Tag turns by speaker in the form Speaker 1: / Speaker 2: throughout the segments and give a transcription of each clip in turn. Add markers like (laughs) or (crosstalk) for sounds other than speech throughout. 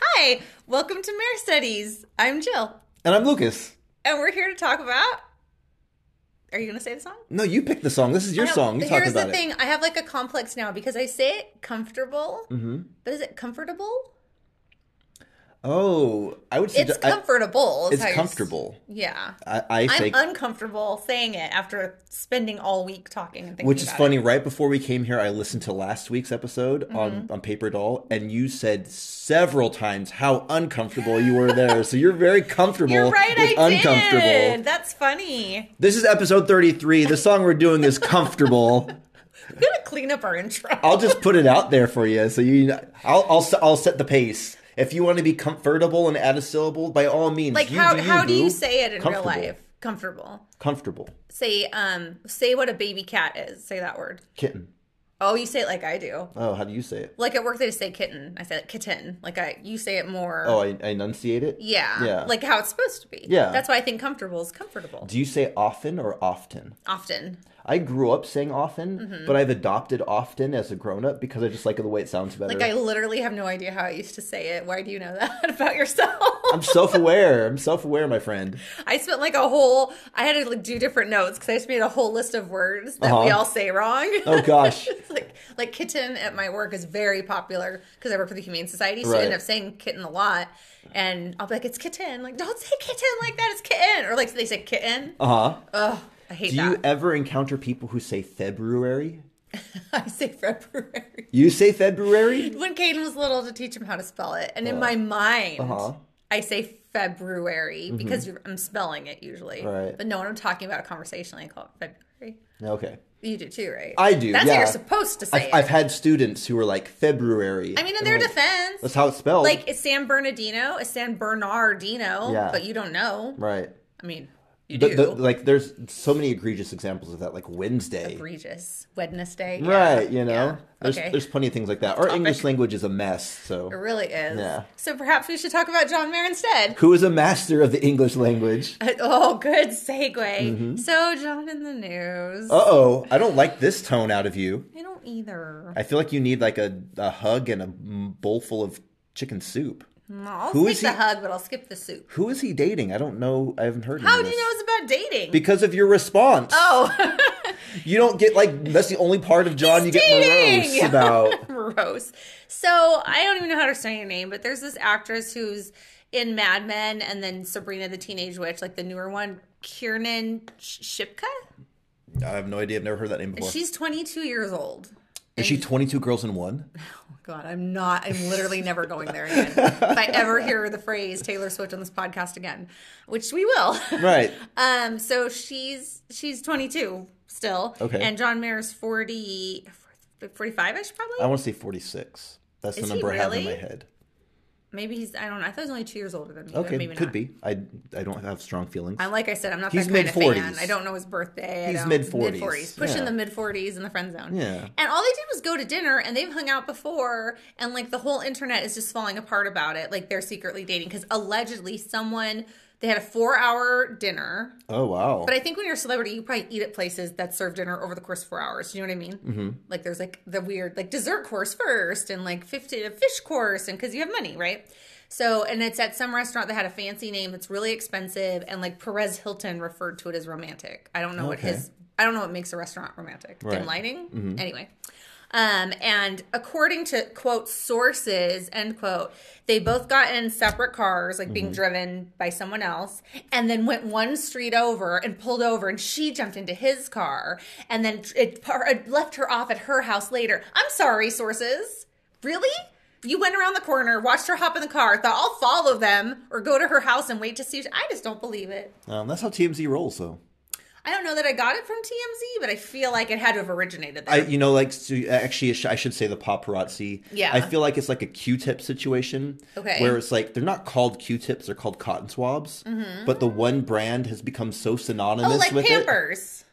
Speaker 1: Hi, welcome to Mare Studies. I'm Jill,
Speaker 2: And I'm Lucas.
Speaker 1: and we're here to talk about. Are you going to say the song?
Speaker 2: No, you picked the song. This is your
Speaker 1: No,
Speaker 2: song. You
Speaker 1: but
Speaker 2: talk
Speaker 1: here's
Speaker 2: about
Speaker 1: the
Speaker 2: it.
Speaker 1: thing: I have like a complex now because I say it comfortable,
Speaker 2: Mm-hmm.
Speaker 1: but is it comfortable?
Speaker 2: Oh, I would
Speaker 1: It's
Speaker 2: suggest I-
Speaker 1: comfortable. is
Speaker 2: it's
Speaker 1: how you're s-
Speaker 2: comfortable.
Speaker 1: Yeah,
Speaker 2: I, I say,
Speaker 1: I'm uncomfortable saying it after spending all week talking and thinking.
Speaker 2: which is
Speaker 1: about
Speaker 2: funny. Right before we came here, I listened to last week's episode on
Speaker 1: Mm-hmm.
Speaker 2: on Paper Doll, and you said several times how uncomfortable you were there. so you're very comfortable
Speaker 1: It. (laughs) You're right.
Speaker 2: with
Speaker 1: I
Speaker 2: uncomfortable.
Speaker 1: did. That's funny.
Speaker 2: This is episode 33. The song we're doing
Speaker 1: (laughs)
Speaker 2: is comfortable.
Speaker 1: I'm gonna clean up our intro.
Speaker 2: I'll just put it out there for you. So you, I'll, I'll, se- I'll set the pace. If you want to be comfortable and add a syllable, by all means.
Speaker 1: like
Speaker 2: you
Speaker 1: how
Speaker 2: do
Speaker 1: how do you
Speaker 2: boo.
Speaker 1: say it in real
Speaker 2: Comfortable.
Speaker 1: life? Comfortable.
Speaker 2: Comfortable
Speaker 1: Say um say what a baby cat is. Say that word.
Speaker 2: kitten.
Speaker 1: Oh, you say it like I do.
Speaker 2: Oh, how do you say it?
Speaker 1: Like at work they just say kitten. I say like kitten. Like I you say it more.
Speaker 2: Oh, I, I enunciate it.
Speaker 1: yeah.
Speaker 2: Yeah.
Speaker 1: Like how it's supposed to be.
Speaker 2: Yeah.
Speaker 1: That's why I think comfortable is comfortable.
Speaker 2: Do you say often or often?
Speaker 1: Often.
Speaker 2: I grew up saying often,
Speaker 1: Mm-hmm.
Speaker 2: but I've adopted often as a grown up because I just like the way it sounds better.
Speaker 1: Like I literally have no idea how I used to say it. Why do you know that (laughs) about yourself?
Speaker 2: I'm self aware. I'm self aware, my friend.
Speaker 1: (laughs) I spent like a whole I had to like do different notes because I just made a whole list of words that we
Speaker 2: Uh-huh.
Speaker 1: all say wrong.
Speaker 2: Oh,
Speaker 1: (laughs)
Speaker 2: gosh.
Speaker 1: It's like like kitten at my work is very popular because I work for the Humane Society, so I end
Speaker 2: Right.
Speaker 1: up saying kitten a lot. And I'll be like, it's kitten. Like, don't say kitten like that. It's kitten. Or like they say kitten.
Speaker 2: Uh huh.
Speaker 1: Ugh, I hate
Speaker 2: Do
Speaker 1: that. (laughs)
Speaker 2: you ever encounter people who say February?
Speaker 1: I say February.
Speaker 2: You say February?
Speaker 1: When Caden was little, to teach him how to spell it, and in my mind,
Speaker 2: Uh-huh. Mm-hmm.
Speaker 1: I say February because you're, I'm spelling it usually.
Speaker 2: Right.
Speaker 1: But no, when I'm talking about it conversationally, I call it February.
Speaker 2: Okay.
Speaker 1: You do too, right?
Speaker 2: I do,
Speaker 1: That's how
Speaker 2: yeah.
Speaker 1: you're supposed to say
Speaker 2: I've,
Speaker 1: it.
Speaker 2: I've had students who are like February.
Speaker 1: I mean, in
Speaker 2: and
Speaker 1: their
Speaker 2: I'm like,
Speaker 1: defense,
Speaker 2: That's how it's spelled.
Speaker 1: like it's San Bernardino, it's San Bernardino,
Speaker 2: Yeah.
Speaker 1: but you don't know.
Speaker 2: right.
Speaker 1: I mean, you
Speaker 2: The-
Speaker 1: do.
Speaker 2: the- like, there's so many egregious examples of that, like Wednesday.
Speaker 1: Egregious Wednesday, yeah.
Speaker 2: Right, you know,
Speaker 1: Yeah.
Speaker 2: there's
Speaker 1: Okay.
Speaker 2: there's plenty of things like that. Our English language is a mess.
Speaker 1: It
Speaker 2: So,
Speaker 1: really is.
Speaker 2: Yeah.
Speaker 1: So perhaps we should talk about John Mayer instead. (laughs)
Speaker 2: who is a master of the English language? Uh
Speaker 1: Oh, good segue. So, John in the news.
Speaker 2: Mm-hmm. oh, I don't like this tone out of you.
Speaker 1: I don't either.
Speaker 2: I feel like you need like a, a hug and a bowl full of chicken soup.
Speaker 1: No, Mm, I'll
Speaker 2: Who
Speaker 1: skip
Speaker 2: is
Speaker 1: the
Speaker 2: he-
Speaker 1: hug, but I'll skip the soup.
Speaker 2: Who is he dating? I don't know. I haven't heard.
Speaker 1: How
Speaker 2: any
Speaker 1: do
Speaker 2: of
Speaker 1: you
Speaker 2: this.
Speaker 1: know it's about dating?
Speaker 2: Because of your response,
Speaker 1: oh,
Speaker 2: you don't get like that's the only part of John you get
Speaker 1: dating! (laughs)
Speaker 2: morose about.
Speaker 1: gross. So I don't even know how to say your name, but there's this actress who's in Mad Men and then Sabrina the Teenage Witch, like the newer one, Kiernan Sh- Shipka.
Speaker 2: I have no idea. I've never heard that name before.
Speaker 1: She's 22 years old. Oh
Speaker 2: Is she twenty two girls in one?
Speaker 1: God, I'm not. I'm literally never going there again. If I ever hear the phrase Taylor Swift on this podcast again, which we will.
Speaker 2: Right.
Speaker 1: Um, so she's she's 22 still.
Speaker 2: Okay.
Speaker 1: And John Mayer's 40, 45 ish probably.
Speaker 2: I want to say forty six. That's the
Speaker 1: Is he
Speaker 2: number I have in my
Speaker 1: really?
Speaker 2: head.
Speaker 1: maybe he's I don't know. I thought he was only two years older than me. but
Speaker 2: Okay,
Speaker 1: maybe
Speaker 2: could
Speaker 1: not.
Speaker 2: be. I I don't have strong feelings.
Speaker 1: And like I said, I'm not
Speaker 2: He's
Speaker 1: that kind of fan.
Speaker 2: mid-forties.
Speaker 1: I don't know his birthday. I
Speaker 2: He's
Speaker 1: don't-
Speaker 2: mid-forties.
Speaker 1: mid-forties, pushing
Speaker 2: Yeah.
Speaker 1: the mid 40s in the friend zone.
Speaker 2: Yeah.
Speaker 1: And all they did was go to dinner, and they've hung out before, and like the whole internet is just falling apart about it. Like they're secretly dating because allegedly someone they had a four hour dinner.
Speaker 2: oh wow.
Speaker 1: But I think when you're a celebrity, you probably eat at places that serve dinner over the course of four hours. Do you know what I mean? Mm-hmm. Like there's like the weird like dessert course first, and like fifty a fish course, and because you have money, right? So and it's at some restaurant that had a fancy name that's really expensive, and like Perez Hilton referred to it as romantic. I don't know what
Speaker 2: Okay.
Speaker 1: his I don't know what makes a restaurant romantic. Dim
Speaker 2: Right.
Speaker 1: lighting, anyway. Um, and according to quote sources end quote, they both got in separate cars, like being driven by someone else, and then went one street over and pulled over, and she jumped into his car, and then it, par- it left her off at her house later. I'm sorry, sources. Really? You went around the corner, watched her hop in the car, thought I'll follow them or go to her house and wait to see. I just don't believe it.
Speaker 2: um, that's how TMZ rolls, though.
Speaker 1: I don't know that I got it from TMZ, but I feel like it had to have originated there.
Speaker 2: I, you know, like so, actually, I sh- I should say the paparazzi.
Speaker 1: Yeah.
Speaker 2: I feel like it's like a Q-tip situation.
Speaker 1: Okay.
Speaker 2: Where it's like they're not called Q-tips; they're called cotton swabs. But the one brand has become so synonymous
Speaker 1: Mm-hmm. Oh, like
Speaker 2: with it.
Speaker 1: Pampers.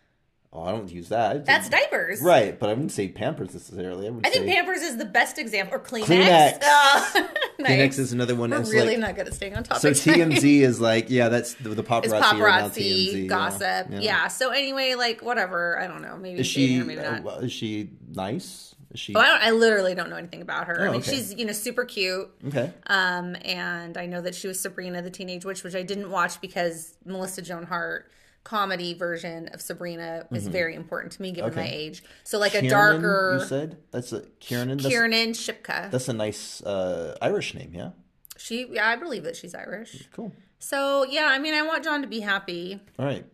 Speaker 2: Oh, I don't use that. I don't-
Speaker 1: That's diapers.
Speaker 2: right, but I wouldn't say Pampers necessarily. I would
Speaker 1: I think
Speaker 2: say
Speaker 1: Pampers is the best example. Or Kleenex.
Speaker 2: Kleenex.
Speaker 1: Ah, (laughs) nice.
Speaker 2: Kleenex is another one.
Speaker 1: We're
Speaker 2: that's
Speaker 1: really
Speaker 2: like,
Speaker 1: not good at staying on topic.
Speaker 2: so
Speaker 1: tonight.
Speaker 2: TMZ is like, yeah, that's the, the
Speaker 1: (laughs)
Speaker 2: paparazzi,
Speaker 1: It's
Speaker 2: are now
Speaker 1: paparazzi,
Speaker 2: TMZ yeah.
Speaker 1: gossip. Yeah. So anyway, like whatever. I don't know. Maybe
Speaker 2: Is
Speaker 1: dating
Speaker 2: she
Speaker 1: or maybe not.
Speaker 2: uh, is she nice? Is She
Speaker 1: Oh, I, don't, I literally don't know anything about her. I
Speaker 2: Oh,
Speaker 1: mean,
Speaker 2: okay.
Speaker 1: she's you know super cute.
Speaker 2: okay.
Speaker 1: Um, and I know that she was Sabrina the Teenage Witch, which I didn't watch because Melissa Joan Hart comedy version of Sabrina is very important to me given my age. So like a
Speaker 2: Mm-hmm. Kiernan,
Speaker 1: darker
Speaker 2: You said that's a Kiernan. That's,
Speaker 1: Kiernan Shipka.
Speaker 2: that's a nice uh, Irish name. Yeah.
Speaker 1: she yeah, I believe that she's Irish.
Speaker 2: Cool.
Speaker 1: So yeah, I mean I want John to be happy.
Speaker 2: All right.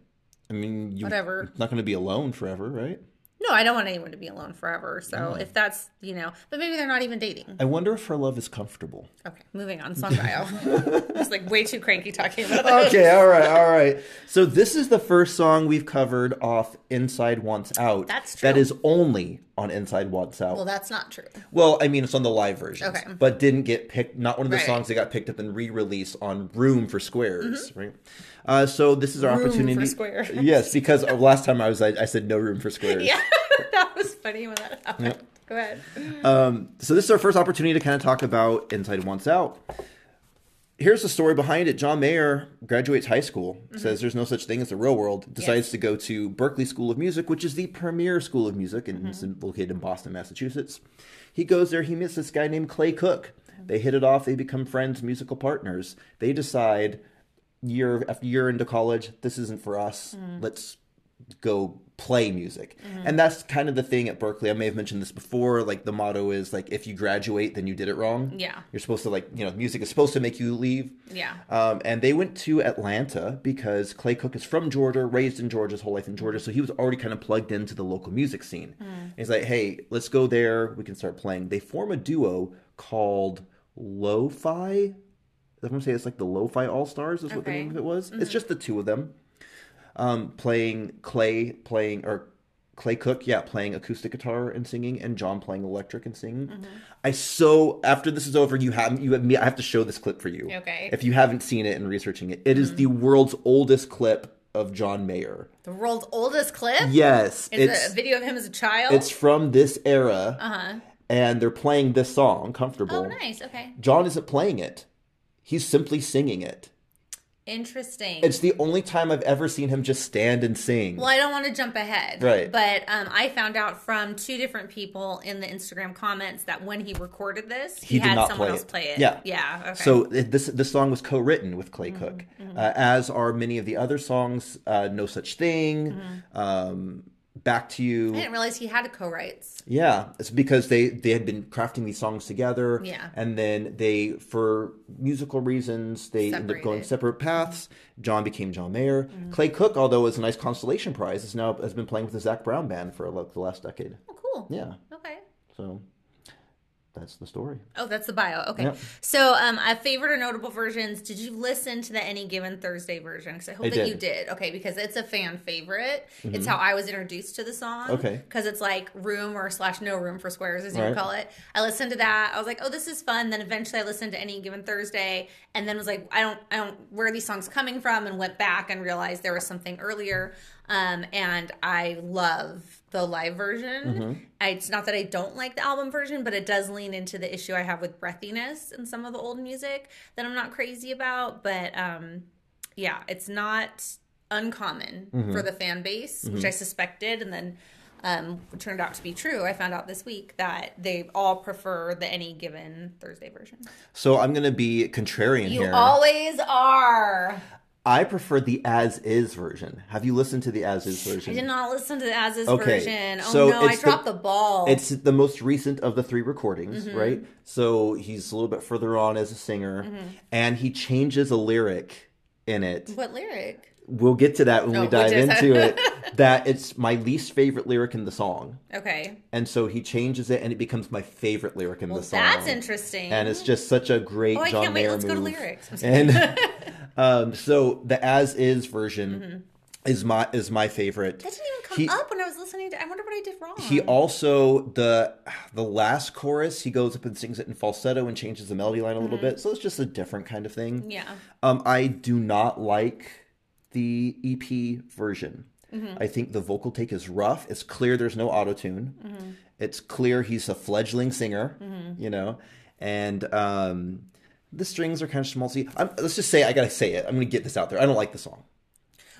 Speaker 2: I mean, you,
Speaker 1: Whatever.
Speaker 2: It's not going to be alone forever, right?
Speaker 1: No, I don't want anyone to be alone forever. So
Speaker 2: Mm-hmm.
Speaker 1: if that's you know but maybe they're not even dating.
Speaker 2: I wonder if her love is comfortable.
Speaker 1: Okay, moving on. Song
Speaker 2: (laughs)
Speaker 1: bio. It's like way too cranky talking about that. (laughs)
Speaker 2: okay. All right. All right. So this is the first song we've covered off Inside Wants Out.
Speaker 1: That's
Speaker 2: That
Speaker 1: true.
Speaker 2: is only on Inside Wants Out.
Speaker 1: Well, that's not true. (laughs)
Speaker 2: Well, I mean, it's on the live version,
Speaker 1: Okay.
Speaker 2: but didn't get picked. Not one of the
Speaker 1: Right.
Speaker 2: songs that got picked up and re-released on Room for Squares, right? Uh, so this is our
Speaker 1: Mm-hmm. Room for
Speaker 2: opportunity.
Speaker 1: Squares.
Speaker 2: Yes, because uh, last time I was, I, I said no
Speaker 1: (laughs)
Speaker 2: room for squares.
Speaker 1: Yeah, that was funny when that happened. Go ahead.
Speaker 2: So this is our first opportunity to kind of talk about Inside Once Out. Here's the story behind it. John Mayer graduates high school, says there's no such thing as the real world, decides to go to Berkeley School of Music, which is the premier school of music and is located in Boston, Massachusetts. He goes there, he meets this guy named Clay Cook. They hit it off, they become friends, musical partners. They decide year after year into college, this isn't for us. Let's go play music. And that's kind of the thing at Berkeley. I may have mentioned this before. Like the motto is like if you graduate, then you did it wrong.
Speaker 1: Yeah.
Speaker 2: You're supposed to like, you know, music is supposed to make you leave.
Speaker 1: Yeah.
Speaker 2: Um, and they went to Atlanta because Clay Cook is from Georgia, raised in Georgia, his whole life in Georgia. So he was already kind of plugged into the local music scene. And he's like, hey, let's go there. We can start playing. They form a duo called Lo Fi. I'm going to say it's like the Lo Fi All Stars, is what the
Speaker 1: Okay.
Speaker 2: name of it was. It's just the two of them um, playing Clay, playing, or Clay Cook, yeah, playing acoustic guitar and singing, and John playing electric and singing.
Speaker 1: Mm-hmm.
Speaker 2: I so after this is over, you have you have me. I have to show this clip for you.
Speaker 1: Okay. Mm-hmm.
Speaker 2: If you haven't seen it and researching it, it is the world's oldest clip of John Mayer.
Speaker 1: The world's oldest clip.
Speaker 2: Yes,
Speaker 1: Is
Speaker 2: it's
Speaker 1: it a video of him as a child?
Speaker 2: it's from this era,
Speaker 1: uh-huh.
Speaker 2: and they're playing this song, "Comfortable."
Speaker 1: Oh, nice. Okay.
Speaker 2: John isn't playing it; he's simply singing it.
Speaker 1: Interesting.
Speaker 2: It's the only time I've ever seen him just stand and sing.
Speaker 1: well, I don't want to jump ahead.
Speaker 2: Right.
Speaker 1: But um, I found out from two different people in the Instagram comments that when he recorded this, he,
Speaker 2: He did
Speaker 1: had
Speaker 2: not
Speaker 1: someone
Speaker 2: play
Speaker 1: else
Speaker 2: it.
Speaker 1: play it.
Speaker 2: Yeah.
Speaker 1: Yeah. Okay. Mm-hmm,
Speaker 2: So th- this this song was co-written with Clay Cook, uh, as are many of the other songs. Uh, no such thing. Um, Back to
Speaker 1: Mm-hmm. I
Speaker 2: you.
Speaker 1: didn't realize he had co-writes.
Speaker 2: Yeah, it's because they they had been crafting these songs together.
Speaker 1: Yeah.
Speaker 2: and then they, for musical reasons, they ended up
Speaker 1: Separated. Mm-hmm.
Speaker 2: going separate paths. John became John Mayer. Clay Cook, although is a nice consolation prize, is now has been playing with the Zach Brown band for like the last decade.
Speaker 1: Oh, cool.
Speaker 2: Yeah,
Speaker 1: Okay.
Speaker 2: so that's the story.
Speaker 1: Oh, that's the bio. Okay.
Speaker 2: Yep.
Speaker 1: So, um, uh, favorite or notable versions. Did you listen to the Any Given Thursday version? Because I hope
Speaker 2: I
Speaker 1: that
Speaker 2: did. Mm-hmm.
Speaker 1: you did. Okay, because it's a fan favorite. It's how I was introduced to the song.
Speaker 2: Okay.
Speaker 1: Because it's like room or slash no room for squares, as you
Speaker 2: Right.
Speaker 1: would call it. I listened to that. I was like, oh, this is fun. Then eventually, I listened to Any Given Thursday, and then was like, I don't, I don't, where are these songs coming from? And went back and realized there was something earlier. Um, and I love the live version. I, it's not that I don't like the album version, but it does lean into the issue I have with breathiness in some of the old music that I'm not crazy about. But um, yeah, it's not uncommon
Speaker 2: Mm-hmm.
Speaker 1: for the fan base, which I suspected, and then um, turned out to be true. I found out this week that they all prefer the any given Thursday version.
Speaker 2: So I'm gonna be contrarian
Speaker 1: You
Speaker 2: here.
Speaker 1: always are.
Speaker 2: I prefer the as is version. Have you listened to the as is
Speaker 1: I
Speaker 2: version?
Speaker 1: did not listen to the As Is
Speaker 2: Okay,
Speaker 1: version. Oh
Speaker 2: so
Speaker 1: no, I
Speaker 2: it's the-
Speaker 1: dropped the, ball.
Speaker 2: It's the most recent of the three recordings,
Speaker 1: Mm-hmm.
Speaker 2: right? So he's a little bit further on as a singer,
Speaker 1: Mm-hmm.
Speaker 2: and he changes a lyric in it.
Speaker 1: what lyric?
Speaker 2: We'll get to that when we
Speaker 1: we
Speaker 2: dive
Speaker 1: did.
Speaker 2: into it.
Speaker 1: (laughs)
Speaker 2: That it's my least favorite lyric in the song.
Speaker 1: Okay,
Speaker 2: And so he changes it, and it becomes my favorite lyric in the song.
Speaker 1: that's interesting.
Speaker 2: and it's just such a great
Speaker 1: oh, I
Speaker 2: John
Speaker 1: can't wait.
Speaker 2: Mayer
Speaker 1: Let's go
Speaker 2: move.
Speaker 1: to lyrics. (laughs)
Speaker 2: And (laughs) um, so the as is version is my is my favorite.
Speaker 1: Mm-hmm. That didn't even come
Speaker 2: He-
Speaker 1: up when I was listening to. I wonder what I did wrong.
Speaker 2: He also the the last chorus he goes up and sings it in falsetto and changes the melody line a little bit. So it's just a different kind of thing.
Speaker 1: Mm-hmm. yeah.
Speaker 2: Um, I do not like the EP version.
Speaker 1: Mm-hmm.
Speaker 2: I think the vocal take is rough. It's clear there's no auto tune.
Speaker 1: Mm-hmm.
Speaker 2: It's clear he's a fledgling singer, you know, and um, the strings are kind of schmaltzy. I'm, let's just say I gotta say it. I'm gonna get this out there. I don't like the song.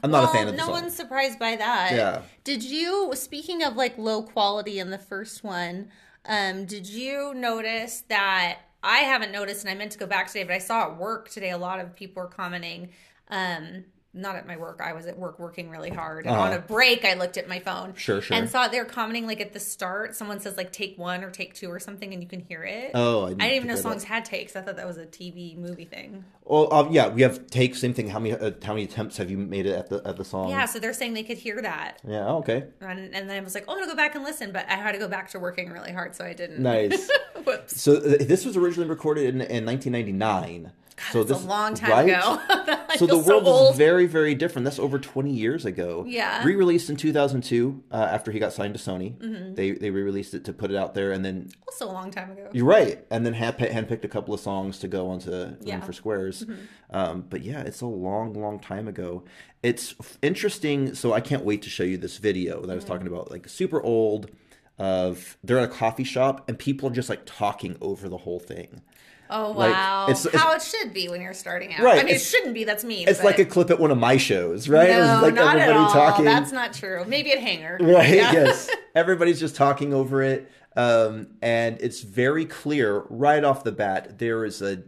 Speaker 2: I'm not a fan of the
Speaker 1: Oh, no
Speaker 2: song.
Speaker 1: one's surprised by that.
Speaker 2: Yeah.
Speaker 1: Did you? Speaking of like low quality in the first one, Um, did you notice that I haven't noticed, and I meant to go back today, but I saw at work today a lot of people were commenting. Um, not at my work. I was at work working really hard. And
Speaker 2: Uh-huh.
Speaker 1: on a break, I looked at my phone.
Speaker 2: Sure, sure.
Speaker 1: And saw they're commenting like at the start, someone says like take one or take two or something, and you can hear it.
Speaker 2: Oh, I
Speaker 1: I
Speaker 2: didn't
Speaker 1: didn't even know
Speaker 2: pick that up.
Speaker 1: songs had takes. I thought that was a TV movie thing.
Speaker 2: Well, uh, yeah, we have take same thing. How many uh, how many attempts have you made it at the at the song?
Speaker 1: Yeah, so they're saying they could hear that.
Speaker 2: Yeah. oh, okay.
Speaker 1: And, and then I was like, oh, I'm going to go back and listen, but I had to go back to working really hard, so I didn't.
Speaker 2: Nice.
Speaker 1: (laughs) Whoops.
Speaker 2: so uh, this was originally recorded in, in 1999. so
Speaker 1: It's
Speaker 2: this
Speaker 1: a long time
Speaker 2: right?
Speaker 1: ago. (laughs) I
Speaker 2: so the
Speaker 1: feel so
Speaker 2: world
Speaker 1: old.
Speaker 2: is very very different that's over 20 years ago
Speaker 1: Yeah.
Speaker 2: re-released in 2002 uh, after he got signed to sony
Speaker 1: Mm-hmm.
Speaker 2: they they re-released it to put it out there and then
Speaker 1: also a long time ago.
Speaker 2: you're right and then hand- handpicked a couple of songs to go onto room
Speaker 1: Yeah. Mm-hmm.
Speaker 2: for squares um, but yeah it's a long long time ago it's f- interesting so i can't wait to show you this video that i was
Speaker 1: Mm-hmm.
Speaker 2: talking about like super old of they're at a coffee shop and people are just like talking over the whole thing
Speaker 1: Oh
Speaker 2: Like,
Speaker 1: wow!
Speaker 2: it's- it's-
Speaker 1: How it should be when you're starting out.
Speaker 2: Right,
Speaker 1: I mean, it
Speaker 2: it's-
Speaker 1: shouldn't be. That's mean.
Speaker 2: it's
Speaker 1: but-
Speaker 2: like a clip at one of my shows right
Speaker 1: no,
Speaker 2: it was like
Speaker 1: not
Speaker 2: everybody
Speaker 1: at all.
Speaker 2: talking
Speaker 1: That's not true. Maybe at Hanger.
Speaker 2: Right.
Speaker 1: Yeah.
Speaker 2: Yes. (laughs) Everybody's just talking over it. Um, and it's very clear right off the bat there is a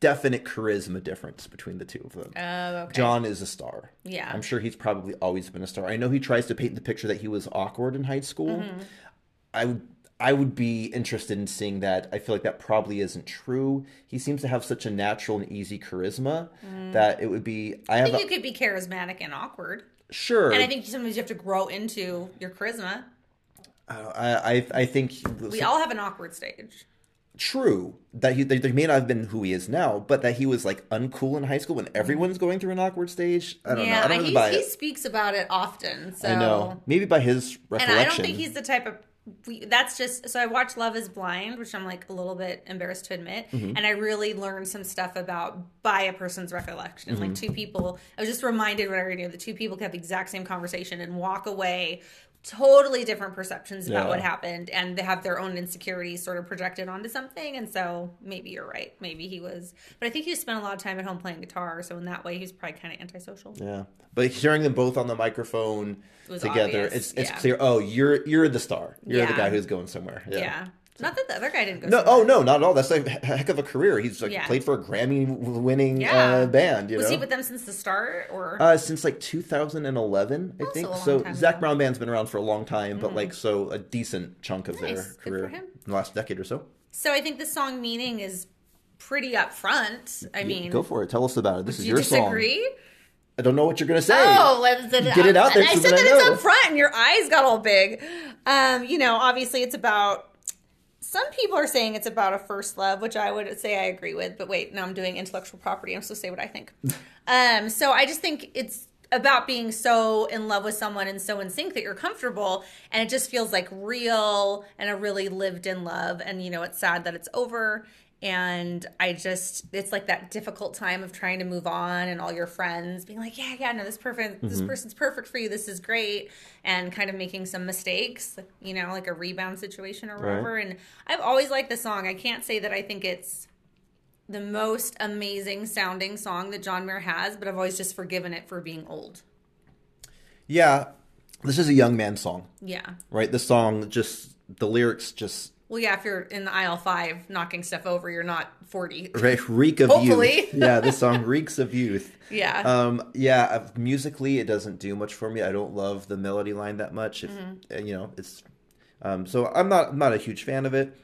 Speaker 2: definite charisma difference between the two of them.
Speaker 1: Oh, okay.
Speaker 2: John is a star.
Speaker 1: Yeah.
Speaker 2: I'm sure he's probably always been a star. I know he tries to paint the picture that he was awkward in high school.
Speaker 1: Mm-hmm.
Speaker 2: I would I would be interested in seeing that. I feel like that probably isn't true. He seems to have such a natural and easy charisma that it would be I
Speaker 1: Mm. I
Speaker 2: have
Speaker 1: think
Speaker 2: a,
Speaker 1: you could be charismatic and awkward,
Speaker 2: sure
Speaker 1: and I think sometimes you have to grow into your charisma.
Speaker 2: I, I I think
Speaker 1: We all have an awkward stage.
Speaker 2: true that he that he may not have been who he is now, but that he was like uncool in high school when everyone's going through an awkward stage. I don't know. I
Speaker 1: Yeah,
Speaker 2: don't really
Speaker 1: he,
Speaker 2: buy
Speaker 1: he
Speaker 2: it.
Speaker 1: speaks about it often. So
Speaker 2: I know. Maybe by his
Speaker 1: and
Speaker 2: recollection.
Speaker 1: I don't think he's the type of. we- That's just so I watched Love Is Blind, which I'm like a little bit embarrassed to admit,
Speaker 2: Mm-hmm.
Speaker 1: and I really learned some stuff about by a person's recollection.
Speaker 2: Mm-hmm.
Speaker 1: Like two people, I was just reminded when I read it that two people could have the exact same conversation and walk away totally different perceptions about
Speaker 2: Yeah.
Speaker 1: what happened, and they have their own insecurities sort of projected onto something. And so maybe you're right, maybe he was, but I think he spent a lot of time at home playing guitar, so in that way he's probably kind of antisocial.
Speaker 2: Yeah, but hearing them both on the microphone
Speaker 1: was
Speaker 2: together,
Speaker 1: obvious,
Speaker 2: it's it's
Speaker 1: yeah.
Speaker 2: clear. Oh, you're you're the star. You're the
Speaker 1: Yeah.
Speaker 2: guy who's going somewhere. Yeah.
Speaker 1: Yeah, not that the other guy didn't go.
Speaker 2: No,
Speaker 1: somewhere.
Speaker 2: oh no, not at all. That's like a heck of a career. He's like
Speaker 1: Yeah.
Speaker 2: played for a Grammy-winning uh,
Speaker 1: Yeah.
Speaker 2: band. You
Speaker 1: was
Speaker 2: know,
Speaker 1: he with them since the start or?
Speaker 2: Uh, since like 2011, I
Speaker 1: Also
Speaker 2: think.
Speaker 1: a long
Speaker 2: So
Speaker 1: time
Speaker 2: Zach
Speaker 1: ago. Mm.
Speaker 2: Brown Band's been around for a long time, but like so a decent chunk of their
Speaker 1: Nice. Good for
Speaker 2: career
Speaker 1: him.
Speaker 2: in the last decade or so.
Speaker 1: So I think the song meaning is pretty upfront. I mean,
Speaker 2: Go for it. Tell us about it. This
Speaker 1: do
Speaker 2: is
Speaker 1: you
Speaker 2: your song.
Speaker 1: disagree?
Speaker 2: I don't know what you're gonna say.
Speaker 1: Oh, let's
Speaker 2: Get it out there
Speaker 1: I
Speaker 2: so
Speaker 1: said
Speaker 2: that I
Speaker 1: that it's
Speaker 2: know.
Speaker 1: up front, and your eyes got all big. Um, you know, obviously, it's about. Some people are saying it's about a first love, which I would say I agree with. But wait, now I'm doing intellectual property. I'm supposed to say what I
Speaker 2: (laughs)
Speaker 1: think. um, so I just think it's about being so in love with someone and so in sync that you're comfortable, and it just feels like real and a really lived-in love. And you know, it's sad that it's over. And I just, it's like that difficult time of trying to move on, and all your friends being like, "Yeah, yeah, no, this perfect, this person's perfect for you. This is great," and kind of making some mistakes, you know, like a rebound situation or whatever. And I've always liked the song. I can't say that I think it's the most amazing sounding song that John Mayer has, but I've always just forgiven it for being old.
Speaker 2: Yeah, this is a young man song,
Speaker 1: Yeah.
Speaker 2: right? This song just the lyrics just
Speaker 1: Well, yeah, if you're in the aisle five knocking stuff over, you're not 40.
Speaker 2: re- reek of
Speaker 1: Hopefully.
Speaker 2: youth. Yeah, this song reeks of youth.
Speaker 1: Yeah.
Speaker 2: Um, yeah, uh, musically it doesn't do much for me. I don't love the melody line that much. If, uh, You know, it's um, so I'm not I'm not a huge fan of it.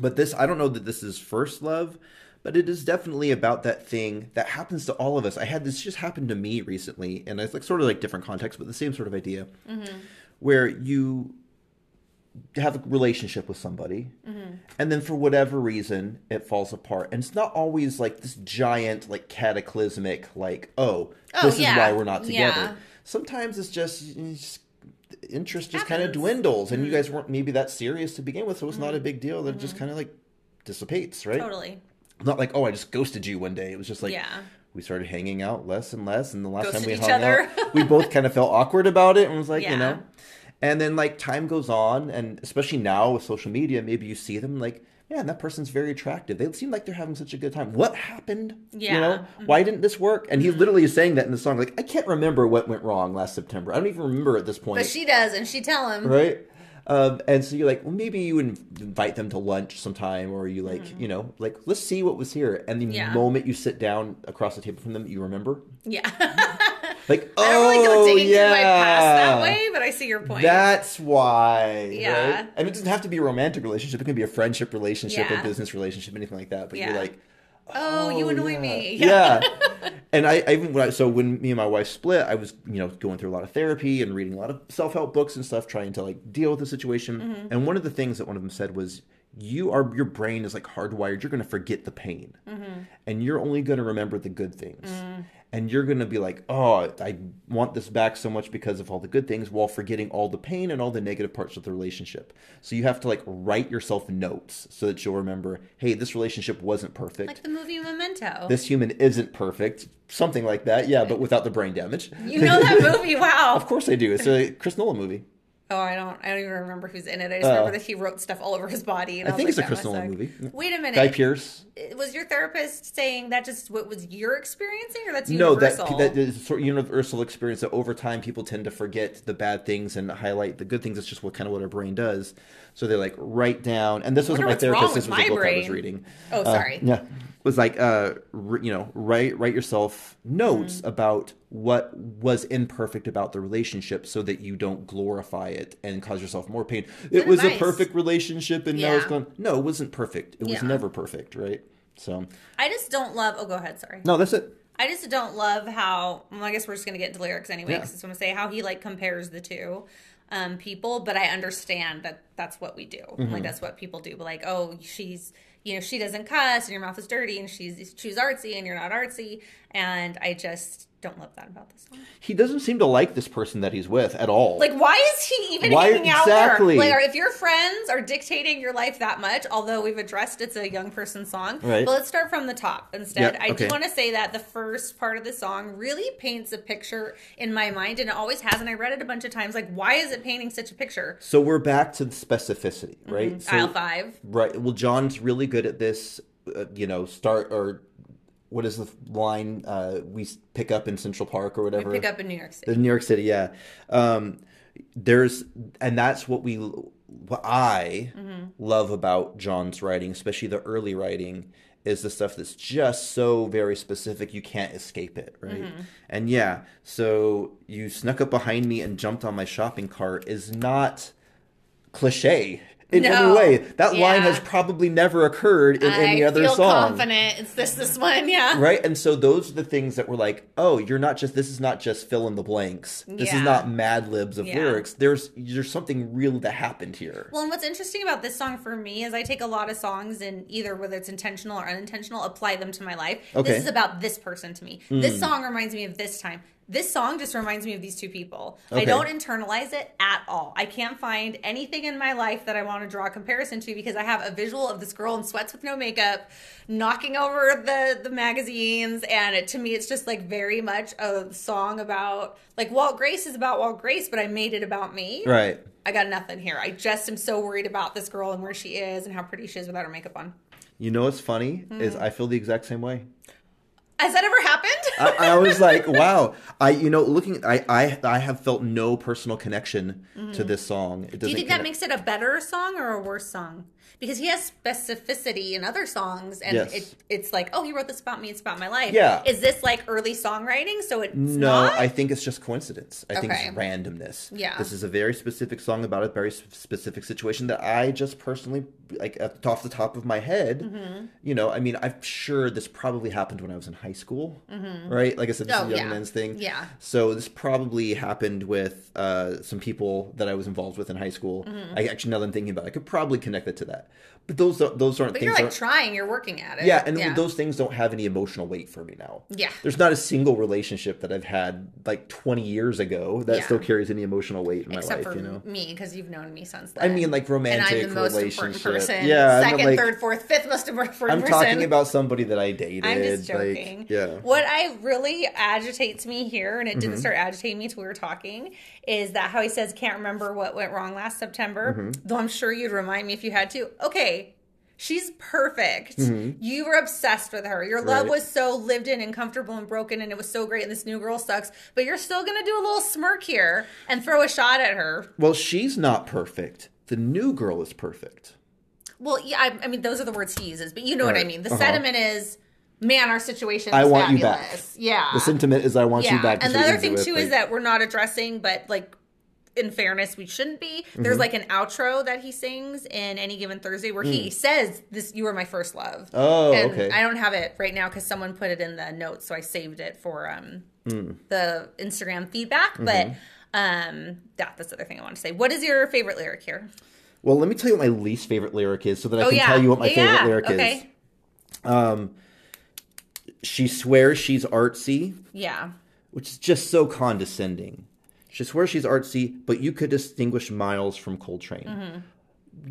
Speaker 2: But this, I don't know that this is first love, but it is definitely about that thing that happens to all of us. I had this just happen to me recently, and it's like sort of like different context, but the same sort of idea, where you have a relationship with somebody,
Speaker 1: Mm-hmm.
Speaker 2: and then for whatever reason it falls apart, and it's not always like this giant, like cataclysmic, like oh,
Speaker 1: Oh,
Speaker 2: this
Speaker 1: yeah.
Speaker 2: is why we're not together.
Speaker 1: Yeah.
Speaker 2: Sometimes it's just. you just interest just kind of
Speaker 1: Happens. Mm-hmm.
Speaker 2: dwindles and you guys weren't maybe that serious to begin with so it's not a big deal that it just kind of like dissipates right
Speaker 1: Totally.
Speaker 2: not like oh i just ghosted you one day it was just like
Speaker 1: Yeah.
Speaker 2: we started hanging out less and less and the last time
Speaker 1: Ghosted
Speaker 2: we
Speaker 1: each
Speaker 2: hung
Speaker 1: other.
Speaker 2: out we both kind of felt awkward about it and was like you
Speaker 1: Yeah.
Speaker 2: know and then like time goes on and especially now with social media maybe you see them like man that person's very attractive they seem like they're having such a good time what happened you
Speaker 1: Yeah. Mm-hmm.
Speaker 2: know why didn't this work and he literally is saying that in the song like i can't remember what went wrong last september i don't even remember at this point
Speaker 1: But she does, and she tell him.
Speaker 2: right? Um, and so you're like, well, maybe you inv- invite them to lunch sometime, or you like, you know, like let's see what was here. And the
Speaker 1: Mm-hmm. Yeah.
Speaker 2: moment you sit down across the table from them, you remember,
Speaker 1: Yeah. (laughs)
Speaker 2: like,
Speaker 1: I don't really go
Speaker 2: oh
Speaker 1: digging
Speaker 2: yeah,
Speaker 1: through my past that way, but I see your point.
Speaker 2: That's why.
Speaker 1: Yeah.
Speaker 2: right? And it doesn't have to be a romantic relationship. It can be a friendship relationship,
Speaker 1: Yeah.
Speaker 2: a business relationship, anything like that. But you're
Speaker 1: Yeah.
Speaker 2: like,
Speaker 1: oh, you annoy me. (laughs)
Speaker 2: Yeah. and I, I even when I, so when me and my wife split, I was, you know, going through a lot of therapy and reading a lot of self-help books and stuff, trying to like deal with the situation.
Speaker 1: Mm-hmm.
Speaker 2: And one of the things that one of them said was, you are, your brain is like hardwired. You're going to forget the pain
Speaker 1: Mm-hmm.
Speaker 2: and you're only going to remember the good things. And you're going to be like, oh, I want this back so much because of all the good things while forgetting all the pain and all the negative parts of the relationship. So you have to like write yourself notes so that you'll remember, hey, this relationship wasn't perfect
Speaker 1: Like the movie Memento.
Speaker 2: this human isn't perfect, something like that. Yeah, but without the brain damage.
Speaker 1: you know that movie?
Speaker 2: of
Speaker 1: Wow.
Speaker 2: course I do. It's a Chris Nolan movie.
Speaker 1: Oh, I don't. I don't even remember who's in it. I just remember that he wrote stuff all over his body. And
Speaker 2: Uh. I
Speaker 1: was
Speaker 2: think
Speaker 1: like,
Speaker 2: it's a
Speaker 1: that
Speaker 2: Chris
Speaker 1: must
Speaker 2: Nolan
Speaker 1: suck.
Speaker 2: movie.
Speaker 1: Wait a
Speaker 2: Guy
Speaker 1: minute.
Speaker 2: Pierce.
Speaker 1: was your therapist saying that just what was your experiencing, or that's
Speaker 2: No, that
Speaker 1: universal?
Speaker 2: that is sort of universal experience that over time people tend to forget the bad things and highlight the good things. It's just what kind of what our brain does. So they like write down, and this
Speaker 1: wonder
Speaker 2: wasn't my
Speaker 1: what's wrong
Speaker 2: therapist. This
Speaker 1: with
Speaker 2: was a
Speaker 1: my
Speaker 2: book I was
Speaker 1: brain.
Speaker 2: reading.
Speaker 1: Oh,
Speaker 2: Uh,
Speaker 1: sorry.
Speaker 2: yeah, was like uh, r you know, write write yourself notes
Speaker 1: Mm-hmm.
Speaker 2: about what was imperfect about the relationship, so that you don't glorify it and cause yourself more pain. it was a
Speaker 1: advice.
Speaker 2: perfect relationship, and now it's
Speaker 1: Yeah.
Speaker 2: gone. No, it wasn't perfect. It was
Speaker 1: Yeah.
Speaker 2: never perfect, right? So
Speaker 1: I just don't love. Oh, go ahead. Sorry.
Speaker 2: no, that's it.
Speaker 1: I just don't love how. Well, I guess we're just gonna get into lyrics anyway.
Speaker 2: Yeah.
Speaker 1: Because I'm gonna say how he like compares the two um, people, but I understand that that's what we do.
Speaker 2: Mm-hmm.
Speaker 1: Like that's what people do. But like, oh, she's you know she doesn't cuss, and your mouth is dirty, and she's she's artsy, and you're not artsy, and I just don't love that about this song.
Speaker 2: He doesn't seem to like this person that he's with at all.
Speaker 1: Like, why is he even
Speaker 2: Why-
Speaker 1: hanging out
Speaker 2: exactly.
Speaker 1: there? Like, are- if your friends are dictating your life that much, although we've addressed it's a young person song,
Speaker 2: Right.
Speaker 1: but let's start from the top instead.
Speaker 2: Yeah,
Speaker 1: I
Speaker 2: okay.
Speaker 1: do want to say that the first part of the song really paints a picture in my mind, and it always has, and I read it a bunch of times. Like, why is it painting such a picture?
Speaker 2: So we're back to the specificity, right? So,
Speaker 1: Aisle five.
Speaker 2: Right. Well, John's really good at this. Uh, you know, start or what is the line uh, we s- pick up in Central Park or whatever?
Speaker 1: Pick up in New York City.
Speaker 2: in New York City, yeah. Um, there's, and that's what we, what I
Speaker 1: Mm-hmm.
Speaker 2: love about John's writing, especially the early writing, is the stuff that's just so very specific you can't escape it, right?
Speaker 1: Mm-hmm.
Speaker 2: And yeah, so you snuck up behind me and jumped on my shopping cart is not cliche in any
Speaker 1: No.
Speaker 2: way. That line
Speaker 1: Yeah.
Speaker 2: has probably never occurred in any
Speaker 1: I
Speaker 2: other
Speaker 1: feel
Speaker 2: song
Speaker 1: confident. It's this this one, yeah.
Speaker 2: right and so those are the things that were like oh you're not just this is not just fill in the blanks this is
Speaker 1: Yeah.
Speaker 2: not mad libs of
Speaker 1: Yeah.
Speaker 2: lyrics there's there's something real that happened here
Speaker 1: Well, and what's interesting about this song for me is I take a lot of songs and either whether it's intentional or unintentional, apply them to my life.
Speaker 2: Okay. Hmm.
Speaker 1: This is about this person to me. This song reminds me of this time. This song just reminds me of these two people.
Speaker 2: Okay.
Speaker 1: I don't internalize it at all. I can't find anything in my life that I want to draw a comparison to because I have a visual of this girl in sweats with no makeup, knocking over the the magazines, and it, to me, it's just like very much a song about like Walt Grace is about Walt Grace, but I made it about me.
Speaker 2: right
Speaker 1: I got nothing here. I just am so worried about this girl and where she is and how pretty she is without her makeup on.
Speaker 2: you know what's funny is
Speaker 1: Mm-hmm.
Speaker 2: i feel the exact same way
Speaker 1: Has that ever (laughs) happened?
Speaker 2: I, I was like (laughs) wow i you know looking i i, I have felt no personal connection to this song it doesn't
Speaker 1: Mm-hmm. Do you think that
Speaker 2: connect-
Speaker 1: makes it a better song or a worse song? Because he has specificity in other songs, and
Speaker 2: Yes.
Speaker 1: it, it's like, oh, he wrote this about me. It's about my life.
Speaker 2: Yeah.
Speaker 1: Is this like early songwriting? So it's
Speaker 2: no,
Speaker 1: not.
Speaker 2: I think it's just coincidence. I think it's
Speaker 1: Okay.
Speaker 2: randomness.
Speaker 1: Yeah.
Speaker 2: this is a very specific song about a very s- specific situation that I just personally, like at- off the top of my head,
Speaker 1: Mm-hmm.
Speaker 2: you know. I mean, I'm sure this probably happened when I was in high school, right? Like I said, this
Speaker 1: Oh,
Speaker 2: is a young
Speaker 1: yeah.
Speaker 2: men's thing.
Speaker 1: Yeah.
Speaker 2: So this probably happened with uh, some people that I was involved with in high school.
Speaker 1: Mm-hmm.
Speaker 2: I actually now that I'm thinking about, it, I could probably connect it to that. But those are- those aren't
Speaker 1: but
Speaker 2: things.
Speaker 1: you're like
Speaker 2: that-
Speaker 1: trying. You're working at it.
Speaker 2: yeah, and those things don't have any emotional weight for me now.
Speaker 1: Yeah.
Speaker 2: There's not a single relationship that I've had like 20 years ago that
Speaker 1: Yeah.
Speaker 2: still carries any emotional weight in my
Speaker 1: Except
Speaker 2: life,
Speaker 1: for
Speaker 2: you know?
Speaker 1: me, because you've known me since
Speaker 2: I
Speaker 1: then.
Speaker 2: mean, like
Speaker 1: and
Speaker 2: romantic
Speaker 1: I'm the most
Speaker 2: relationship.
Speaker 1: important person.
Speaker 2: Yeah, I'm,
Speaker 1: Second,
Speaker 2: like,
Speaker 1: third, fourth, fifth most important person.
Speaker 2: I'm talking about somebody that I dated.
Speaker 1: I'm just
Speaker 2: like,
Speaker 1: joking.
Speaker 2: yeah. Mm-hmm.
Speaker 1: What I really agitates me here, and it didn't start agitating me till we were talking, is that how he says, "Can't remember what went wrong last September."
Speaker 2: Mm-hmm.
Speaker 1: Though I'm sure you'd remind me if you had to. Okay. She's perfect. You were obsessed with her. Your love
Speaker 2: Mm-hmm. Right.
Speaker 1: was so lived in and comfortable and broken, and it was so great. And this new girl sucks, but you're still gonna do a little smirk here and throw a shot at her.
Speaker 2: Well, she's not perfect. The new girl is perfect.
Speaker 1: Well, yeah, I, I mean, those are the words he uses, but you know what I
Speaker 2: Right.
Speaker 1: mean. The
Speaker 2: Uh-huh.
Speaker 1: sentiment is, man, our situation is
Speaker 2: I want you back.
Speaker 1: fabulous. Yeah.
Speaker 2: The sentiment is I want you back.
Speaker 1: Ah. And
Speaker 2: is
Speaker 1: the
Speaker 2: what
Speaker 1: other
Speaker 2: you
Speaker 1: thing
Speaker 2: do it,
Speaker 1: too
Speaker 2: like-
Speaker 1: is that we're not addressing, but like in fairness, we shouldn't be.
Speaker 2: Mm-hmm.
Speaker 1: There's like an outro that he sings in any given Thursday where he says, "This you were my first love."
Speaker 2: Mm. Oh,
Speaker 1: and
Speaker 2: okay.
Speaker 1: I don't have it right now because someone put it in the notes, so I saved it for um
Speaker 2: Mm.
Speaker 1: the Instagram feedback. But
Speaker 2: Mm-hmm.
Speaker 1: um, yeah, that's the other thing I want to say. What is your favorite lyric here?
Speaker 2: Well, let me tell you what my least favorite lyric is so that I
Speaker 1: oh
Speaker 2: can
Speaker 1: yeah,
Speaker 2: tell you what my
Speaker 1: Yeah, yeah.
Speaker 2: favorite lyric
Speaker 1: okay.
Speaker 2: is. She swears she's artsy, (laughs)
Speaker 1: Yeah.
Speaker 2: which is just so condescending. She swears she's artsy, but you could distinguish Miles from Coltrane.
Speaker 1: Mm-hmm.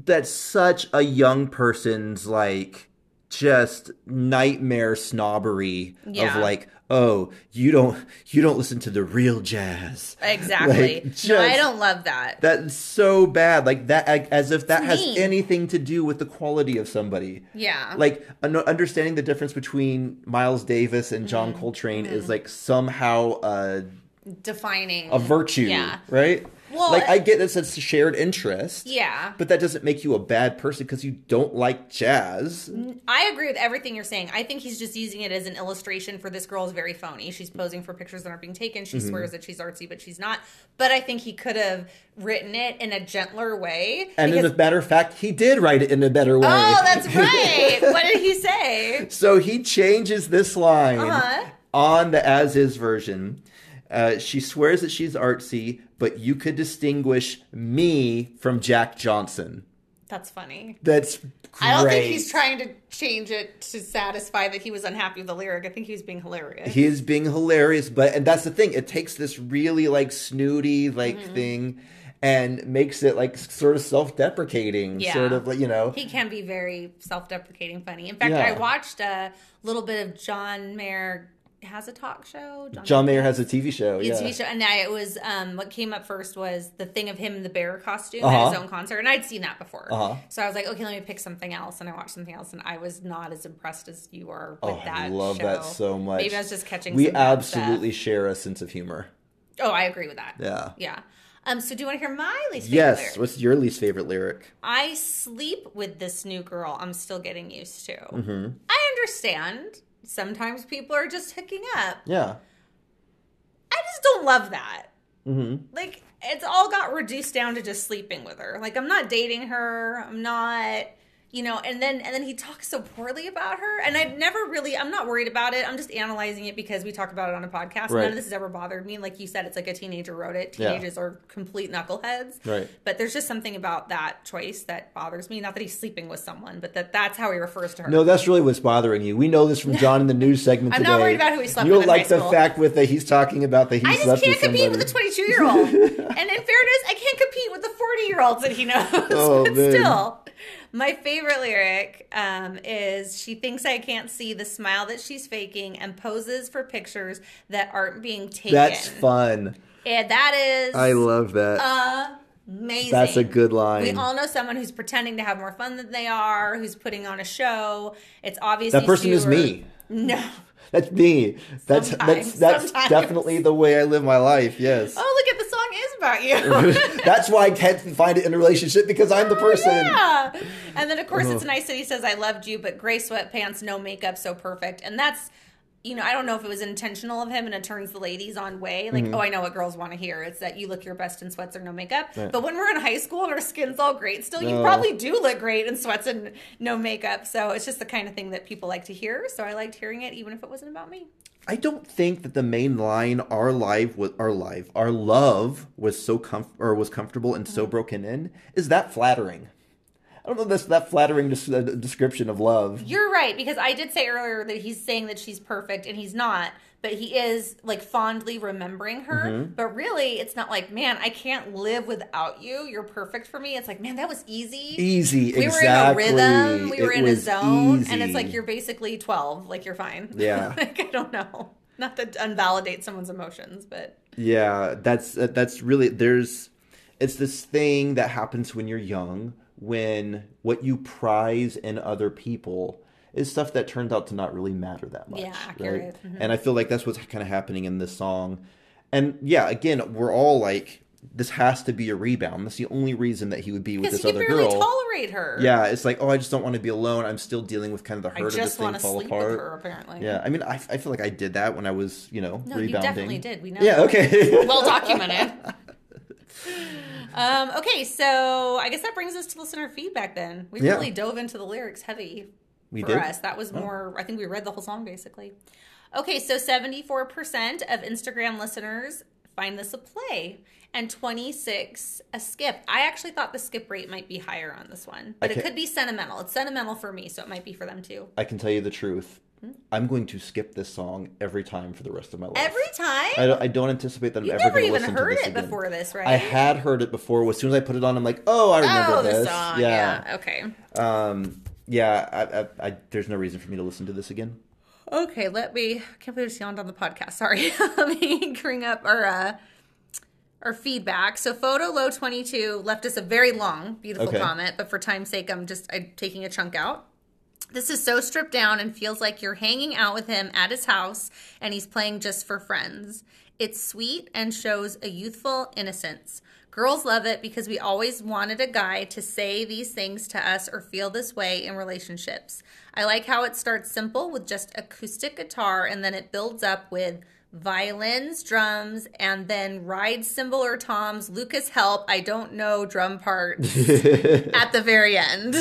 Speaker 2: That's such a young person's like just nightmare snobbery
Speaker 1: Yeah.
Speaker 2: of like, oh, you don't you don't listen to the real jazz.
Speaker 1: Exactly.
Speaker 2: Like,
Speaker 1: no, I
Speaker 2: just-
Speaker 1: don't love that.
Speaker 2: That's so bad. Like that, like, as if that has
Speaker 1: mean.
Speaker 2: anything to do with the quality of somebody.
Speaker 1: Yeah.
Speaker 2: Like un- understanding the difference between Miles Davis and John
Speaker 1: Mm-hmm.
Speaker 2: Coltrane is like somehow uh, a,
Speaker 1: Defining
Speaker 2: a virtue,
Speaker 1: Yeah.
Speaker 2: right?
Speaker 1: Well, uh,
Speaker 2: like I get that it's a shared interest,
Speaker 1: Yeah.
Speaker 2: but that doesn't make you a bad person because you don't like jazz.
Speaker 1: I agree with everything you're saying. I think he's just using it as an illustration for this girl is very phony. She's posing for pictures that aren't being taken.
Speaker 2: Mm-hmm.
Speaker 1: She swears that she's artsy, but she's not. But I think he could have written it in a gentler way.
Speaker 2: And in
Speaker 1: because-
Speaker 2: a matter of fact, he did write it in a better way.
Speaker 1: oh, that's right. what did he say?
Speaker 2: (laughs) So he changes this line
Speaker 1: Uh-huh.
Speaker 2: on the as is version. Uh, she swears that she's artsy, but you could distinguish me from Jack Johnson.
Speaker 1: That's funny.
Speaker 2: That's great.
Speaker 1: I don't think he's trying to change it to satisfy that he was unhappy with the lyric. I think he was being hilarious.
Speaker 2: He is being hilarious, but and that's the thing. It takes this really like snooty like
Speaker 1: Mm-hmm.
Speaker 2: thing, and makes it like sort of self-deprecating,
Speaker 1: Yeah.
Speaker 2: sort of like you know.
Speaker 1: He can be very self-deprecating funny. In fact,
Speaker 2: Yeah.
Speaker 1: I watched a little bit of John Mayer has a talk show.
Speaker 2: John Mayer has a TV show.
Speaker 1: His
Speaker 2: yeah.
Speaker 1: TV show, and I, it was um, what came up first was the thing of him in the bear costume at
Speaker 2: Uh-huh.
Speaker 1: his own concert, and I'd seen that before.
Speaker 2: Uh-huh.
Speaker 1: So I was like, okay, let me pick something else, and I watched something else, and I was not as impressed as you are with
Speaker 2: Oh,
Speaker 1: that.
Speaker 2: I love
Speaker 1: show.
Speaker 2: that so much.
Speaker 1: Maybe I was just catching.
Speaker 2: We
Speaker 1: some bad
Speaker 2: absolutely share a sense of humor.
Speaker 1: Stuff. Oh, I agree with that.
Speaker 2: Yeah.
Speaker 1: Yeah. Um. So do you want to hear my least? favorite
Speaker 2: Yes.
Speaker 1: lyric?
Speaker 2: What's your least favorite lyric?
Speaker 1: I sleep with this new girl I'm still getting used to.
Speaker 2: Mm-hmm.
Speaker 1: I understand. Sometimes people are just hooking up.
Speaker 2: Yeah.
Speaker 1: I just don't love that.
Speaker 2: Mm-hmm.
Speaker 1: Like, it's all got reduced down to just sleeping with her. Like, I'm not dating her. I'm not, you know, and then and then he talks so poorly about her. And I've never really I'm not worried about it. I'm just analyzing it because we talk about it on a podcast. None
Speaker 2: Right.
Speaker 1: of this has ever bothered me. Like you said, it's like a teenager wrote it.
Speaker 2: Yeah.
Speaker 1: Teenagers are complete knuckleheads.
Speaker 2: Right.
Speaker 1: But there's just something about that choice that bothers me. Not that he's sleeping with someone, but that that's how he refers to her.
Speaker 2: No, that's really what's bothering you. We know this
Speaker 1: (laughs)
Speaker 2: from John in the news segment
Speaker 1: I'm
Speaker 2: today.
Speaker 1: not worried about who he slept
Speaker 2: You don't
Speaker 1: with in
Speaker 2: like
Speaker 1: high
Speaker 2: the
Speaker 1: school.
Speaker 2: fact with that he's talking about that he
Speaker 1: I
Speaker 2: slept
Speaker 1: just can't
Speaker 2: with somebody.
Speaker 1: compete with a 22 year
Speaker 2: (laughs)
Speaker 1: old. and in fairness, I can't compete with the 40 year olds that he knows. (laughs)
Speaker 2: Oh,
Speaker 1: but
Speaker 2: man.
Speaker 1: still, my favorite lyric um, is She thinks I can't see the smile that she's faking and poses for pictures that aren't being taken.
Speaker 2: that's fun.
Speaker 1: And that is
Speaker 2: I love that.
Speaker 1: amazing.
Speaker 2: that's a good
Speaker 1: We
Speaker 2: line.
Speaker 1: all know someone who's pretending to have more fun than they are, who's putting on a show. It's obviously
Speaker 2: That person is
Speaker 1: Sue or-
Speaker 2: me.
Speaker 1: No.
Speaker 2: That's me. That's
Speaker 1: Sometimes,
Speaker 2: that's that's
Speaker 1: sometimes.
Speaker 2: definitely the way I live my life. Yes. (laughs)
Speaker 1: Oh, look at the song is about you.
Speaker 2: that's why I can't find it in a relationship because I'm the person.
Speaker 1: Oh, Yeah. And then of course it's nice that he says I loved you, but gray sweatpants, no makeup, so perfect. And that's you know, I don't know if it was intentional of him and it turns the ladies on way. Like, oh, I know what girls want to hear. It's that you look your best in sweats or no makeup. But when we're in high school and our skin's all great still, you
Speaker 2: No.
Speaker 1: probably do look great in sweats and no makeup. So it's just the kind of thing that people like to hear. So I liked hearing it, even if it wasn't about me.
Speaker 2: I don't think that the main line "our life was our life, our love was so comf- or was comfortable and
Speaker 1: Mm-hmm.
Speaker 2: so broken in" is that flattering. I don't know if that's that flattering des- uh, description of love.
Speaker 1: You're right because I did say earlier that he's saying that she's perfect and he's not, but he is like fondly remembering her.
Speaker 2: Mm-hmm.
Speaker 1: But really, it's not like, man, I can't live without you. You're perfect for me. It's like, man, that was easy.
Speaker 2: Easy,
Speaker 1: We
Speaker 2: E-, exactly.
Speaker 1: were in a rhythm. We
Speaker 2: It
Speaker 1: were in a
Speaker 2: was
Speaker 1: zone, and it's
Speaker 2: easy.
Speaker 1: like you're basically 12. Like you're fine. (laughs)
Speaker 2: Yeah.
Speaker 1: like I don't know. Not to invalidate someone's emotions, but
Speaker 2: Yeah, that's uh, that's really there's it's this thing that happens when you're young when what you prize in other people is stuff that turns out to not really matter that much,
Speaker 1: Yeah,
Speaker 2: right?
Speaker 1: accurate. Mhm.
Speaker 2: And I feel like that's what's kind of happening in this song. And yeah, again, we're all like this has to be a rebound. That's the only reason that he would be with
Speaker 1: Because he
Speaker 2: this
Speaker 1: can
Speaker 2: other
Speaker 1: barely
Speaker 2: girl.
Speaker 1: tolerate her.
Speaker 2: yeah, it's like, oh, I just don't want to be alone. I'm still dealing with kind of the
Speaker 1: I
Speaker 2: hurt of this
Speaker 1: just want
Speaker 2: thing
Speaker 1: to
Speaker 2: fall
Speaker 1: sleep with
Speaker 2: apart.
Speaker 1: her, apparently.
Speaker 2: Yeah, I mean, I, I feel like I did that when I was, you know,
Speaker 1: No, you
Speaker 2: rebounding.
Speaker 1: definitely did. We know.
Speaker 2: Yeah, okay. (laughs)
Speaker 1: well documented. um, okay, so I guess that brings us to listener feedback then. We
Speaker 2: Yeah.
Speaker 1: really dove into the lyrics heavy
Speaker 2: We
Speaker 1: for
Speaker 2: did. Oh.
Speaker 1: us. That was more, I think we read the whole song basically. Okay, so 74% of Instagram listeners find this a play and 26 a skip. I actually thought the skip rate might be higher on this one, but it
Speaker 2: can't-
Speaker 1: could be sentimental. It's sentimental for me, so it might be for them too.
Speaker 2: I can tell you the truth.
Speaker 1: Hmm?
Speaker 2: I'm going to skip this song every time for the rest of my life.
Speaker 1: Every time?
Speaker 2: I don't, I don't anticipate that I'm
Speaker 1: You've
Speaker 2: ever
Speaker 1: never
Speaker 2: going to
Speaker 1: even
Speaker 2: listen to
Speaker 1: heard
Speaker 2: this
Speaker 1: it
Speaker 2: again.
Speaker 1: before this, right?
Speaker 2: I had heard it before. As soon as I put it on, I'm like, oh, I remember
Speaker 1: Oh, the
Speaker 2: this.
Speaker 1: song.
Speaker 2: yeah.
Speaker 1: yeah. Okay.
Speaker 2: Um, yeah. I, I, I, there's no reason for me to listen to this again.
Speaker 1: Okay, let me. I can't believe I just yawned on the podcast. Sorry. (laughs) let me bring up our uh, our feedback. So, photo low twenty two left us a very long, beautiful
Speaker 2: Okay.
Speaker 1: comment, but for time's sake, I'm just I'm taking a chunk out. This is so stripped down and feels like you're hanging out with him at his house and he's playing just for friends. It's sweet and shows a youthful innocence. Girls love it because we always wanted a guy to say these things to us or feel this way in relationships. I like how it starts simple with just acoustic guitar and then it builds up with violins, drums, and then ride cymbal or toms, Lucas help, I don't know drum parts at the very end.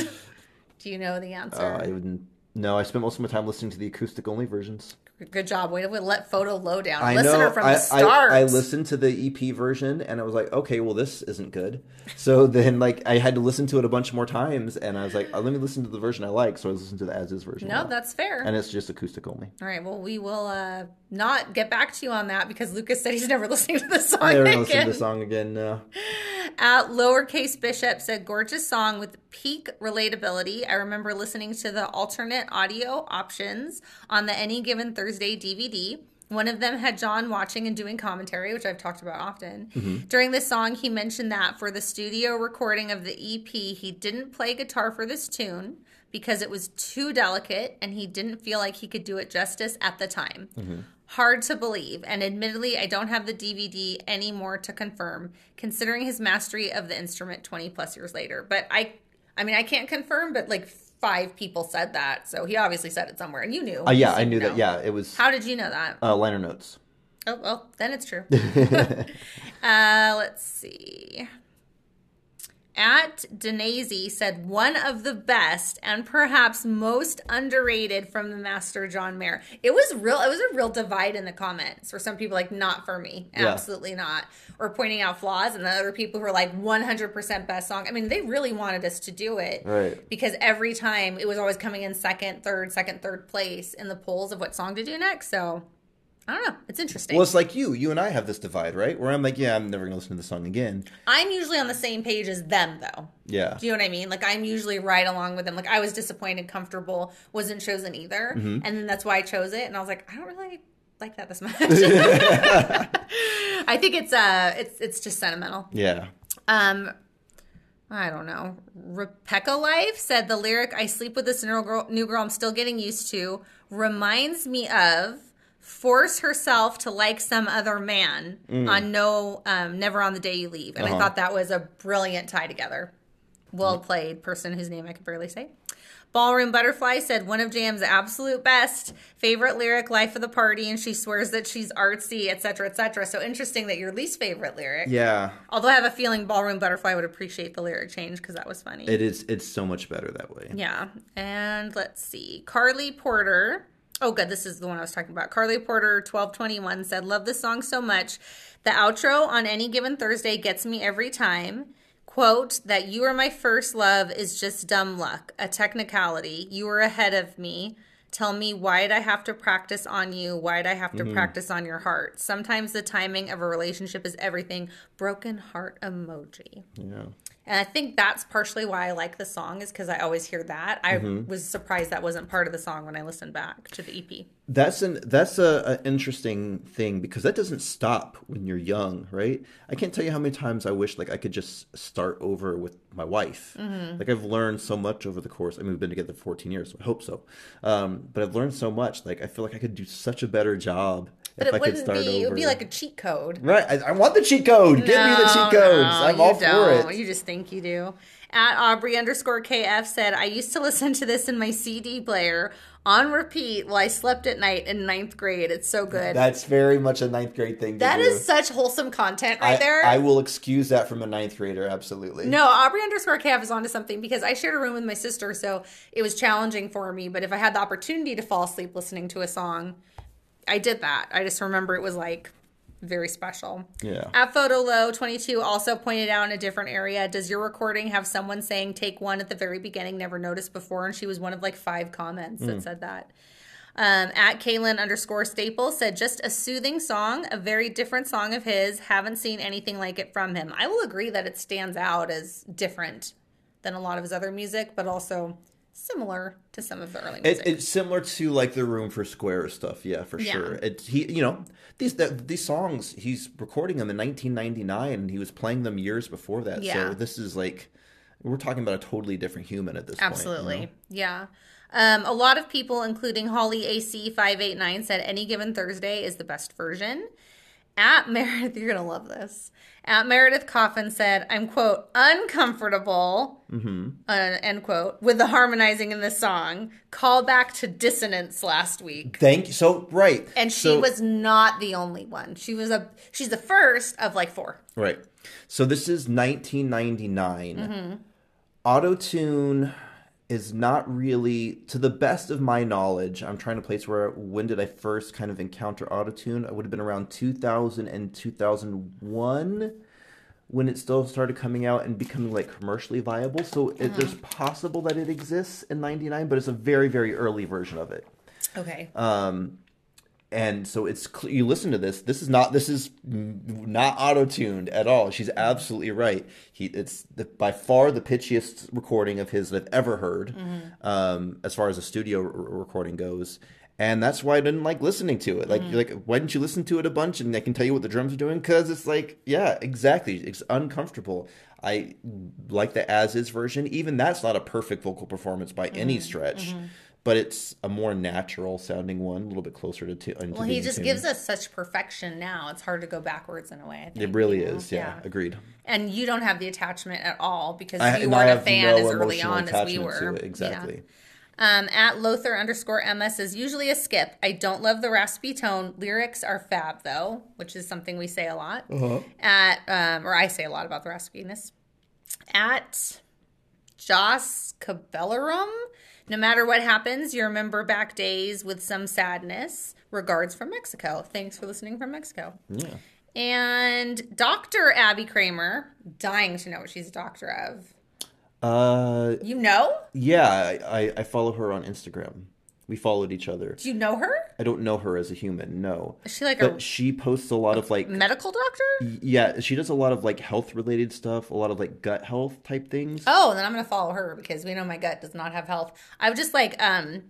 Speaker 1: Do you know the answer?
Speaker 2: Uh, I wouldn't. No, I spent most of my time listening to the acoustic only versions.
Speaker 1: Good job. Way to let photo low down.
Speaker 2: I
Speaker 1: Listener
Speaker 2: know.
Speaker 1: from
Speaker 2: I,
Speaker 1: the
Speaker 2: I-
Speaker 1: start.
Speaker 2: I, listened to the EP version and I was like, okay, well, this isn't good. So (laughs) then, like, I had to listen to it a bunch more times, and I was like, oh, let me listen to the version I like. So I was listening to the as is version.
Speaker 1: No,
Speaker 2: now.
Speaker 1: that's fair.
Speaker 2: and it's just acoustic
Speaker 1: (laughs)
Speaker 2: only.
Speaker 1: All right. Well, we will uh, not get back to you on that because Lucas said he's never listening to this song
Speaker 2: I never listened to
Speaker 1: again.
Speaker 2: the song
Speaker 1: (laughs)
Speaker 2: again. No.
Speaker 1: At lowercase bishop said, gorgeous song with peak relatability. I remember listening to the alternate audio options on the Any Given Thursday DVD. One of them had John watching and doing commentary, which I've talked about often. During this song, he mentioned that for the studio recording of the EP, he didn't play guitar for this tune because it was too delicate and he didn't feel like he could do it justice at the time. Hard to believe, and admittedly, I don't have the DVD anymore to confirm, considering his mastery of the instrument 20 plus years later. But I, I mean, I can't confirm, but like five people said that, so he obviously said it somewhere, and you knew.
Speaker 2: Uh, yeah,
Speaker 1: You
Speaker 2: I knew
Speaker 1: know.
Speaker 2: that. Yeah, it was
Speaker 1: How did you know that?
Speaker 2: uh, liner notes.
Speaker 1: Oh well, then it's
Speaker 2: (laughs)
Speaker 1: true. (laughs) uh, let's see. At Denazy said one of the best and perhaps most underrated from the master John Mayer. It was real. It was a real divide in the comments for some people like not for me,
Speaker 2: Yeah.
Speaker 1: absolutely not, or pointing out flaws, and the other people who were like 100% best song. I mean, they really wanted us to do it
Speaker 2: Right.
Speaker 1: because every time it was always coming in second, third, second, third place in the polls of what song to do next. So I don't know. It's interesting.
Speaker 2: Well, it's like you. You and I have this divide, right? Where I'm like, yeah, I'm never going to listen to the song again.
Speaker 1: I'm usually on the same page as them, though.
Speaker 2: Yeah.
Speaker 1: Do you know what I mean? Like I'm usually right along with them. Like I was disappointed, comfortable, wasn't chosen either, and then that's why I chose it. And I was like, I don't really like that this much. (laughs) I think it's uh, it's it's just sentimental.
Speaker 2: Yeah.
Speaker 1: Um, I don't know. Rebecca Life said the lyric "I sleep with this new girl, new girl I'm still getting used to" reminds me of force herself to like some other man on no um, never on the day you leave, and I
Speaker 2: Uh-huh.
Speaker 1: thought that was a brilliant tie together. Well played, person whose name I could barely say. Ballroom Butterfly said one of Jam's absolute best favorite lyric, "Life of the Party," and she swears that she's artsy, etc., cetera, etc. So interesting that your least favorite lyric.
Speaker 2: Yeah.
Speaker 1: Although I have a feeling Ballroom Butterfly would appreciate the lyric change because that was funny.
Speaker 2: It is. It's so much better that way.
Speaker 1: yeah. And let's see. Carly Porter. Oh, good. This is the one I was talking about. Carly Porter, 1221, said, Love this song so much. The outro on any given Thursday gets me every time. Quote, that you are my first love is just dumb luck, a technicality. You were ahead of me. Tell me why'd I have to practice on you? Why'd I have to practice on your heart? Sometimes the timing of a relationship is everything. Broken heart emoji.
Speaker 2: Yeah.
Speaker 1: And I think that's partially why I like the song is because I always hear that. I
Speaker 2: Mm-hmm.
Speaker 1: was surprised that wasn't part of the song when I listened back to the E EP.
Speaker 2: That's an that's a, a interesting thing because that doesn't stop when you're young, right? I can't tell you how many times I wish like I could just start over with my wife.
Speaker 1: Mm-hmm.
Speaker 2: Like I've learned so much over the course. I mean, we've been together 14 years, so I hope so. Um, but I've learned so much. Like I feel like I could do such a better job
Speaker 1: But it wouldn't be. It would be like a cheat code. Uh,
Speaker 2: Right. I, I want the cheat code. Give me the cheat codes. Oh, I'm
Speaker 1: you
Speaker 2: all
Speaker 1: don't.
Speaker 2: for it.
Speaker 1: You just think you do. At Aubrey underscore KF said, I used to (laughs) listen to this in my CD player on repeat while I slept at night in ninth grade. It's so good.
Speaker 2: That's very much a ninth grade thing. To
Speaker 1: that
Speaker 2: do.
Speaker 1: is such wholesome content right
Speaker 2: I,
Speaker 1: there.
Speaker 2: I will excuse that from a ninth grader. Absolutely.
Speaker 1: No, Aubrey underscore calf is onto something because I shared a room with my sister, so it was challenging for me. But if I had the opportunity to fall asleep listening to a song, I did that. I just remember it was like very special.
Speaker 2: Yeah.
Speaker 1: At PhotoLow22 also pointed out in a different area Does your recording have someone saying take one at the very beginning, never noticed before? And she was one of like five comments
Speaker 2: Hmm.
Speaker 1: that said that. Um, at Kaylin underscore Staple said, just a soothing song, a very different song of his. Haven't seen anything like it from him. I will agree that it stands out as different than a lot of his other music, but also similar to some of the early music.
Speaker 2: It, it's similar to like the room for square stuff, yeah, for
Speaker 1: Yeah.
Speaker 2: sure. It, he, you know, these that these songs he's recording them in 1999, and he was playing them years before that.
Speaker 1: Yeah.
Speaker 2: So this is like we're talking about a totally different human at this
Speaker 1: Absolutely.
Speaker 2: point.
Speaker 1: Yeah. Um, a lot of people, including Holly AC589, said Any Given Thursday is the best version. At (laughs) Meredith, you're going to love this. At Meredith Coffin said, I'm, quote, uncomfortable,
Speaker 2: Mm-hmm.
Speaker 1: uh, end quote, with the harmonizing in this song. Call back to dissonance last week.
Speaker 2: Thank you. So right,
Speaker 1: And she
Speaker 2: So-
Speaker 1: was not the only one. She was a, she's the first of like four.
Speaker 2: right. So this is 1999. Auto tune is not really, to the best of my knowledge. I'm trying to place where when did I first kind of encounter auto tune? I would have been around 2000 and 2001. when it still started coming out and becoming like commercially viable. So it, there's possible that it exists in '99, but it's a very very early version of it.
Speaker 1: Okay.
Speaker 2: And so it's cl- you listen to this. This is not this is n- not auto tuned at all. She's absolutely right. He it's the, by far the pitchiest recording of his that I've ever heard, um, as far as a studio r- r- recording goes. And that's why I didn't like listening to it. Like, you're like, why didn't you listen to it a bunch? And I can tell you what the drums are doing because it's like, yeah, exactly. It's uncomfortable. I like the as is version. Even that's not a perfect vocal performance by any stretch, but it's a more natural sounding one, a little bit closer to. tu- into
Speaker 1: well, he
Speaker 2: being
Speaker 1: just
Speaker 2: tuned.
Speaker 1: gives us such perfection now. It's hard to go backwards in a way. I think.
Speaker 2: It really
Speaker 1: you know?
Speaker 2: is. Yeah, agreed.
Speaker 1: and you don't have the attachment at all because
Speaker 2: I,
Speaker 1: you
Speaker 2: and I
Speaker 1: weren't a
Speaker 2: have
Speaker 1: fan
Speaker 2: no
Speaker 1: as early
Speaker 2: emotional
Speaker 1: on as we
Speaker 2: attachment
Speaker 1: were.
Speaker 2: to it.
Speaker 1: Yeah.
Speaker 2: Exactly.
Speaker 1: Um, at Lothar underscore MS is usually a skip. I don't love the raspy tone. Lyrics are fab though, which is something we say a lot.
Speaker 2: Uh-huh.
Speaker 1: At um, or I say a lot about the raspiness. At Joss Cabellerum, no matter what happens, you remember back days with some sadness. Regards from Mexico. Thanks for listening from Mexico.
Speaker 2: Yeah.
Speaker 1: And Dr. Abby Kramer, dying to know what she's a doctor of.
Speaker 2: Uh,
Speaker 1: You know?
Speaker 2: yeah, I, I- I follow her on Instagram. We followed each other.
Speaker 1: Do you know her?
Speaker 2: I don't know her as a human, no.
Speaker 1: Is she like a
Speaker 2: But she posts a lot of like
Speaker 1: medical doctor?
Speaker 2: yeah, she does a lot of like health related stuff, a lot of like gut health type things.
Speaker 1: Oh, then I'm gonna follow her because we know my gut does not have health. I've just like um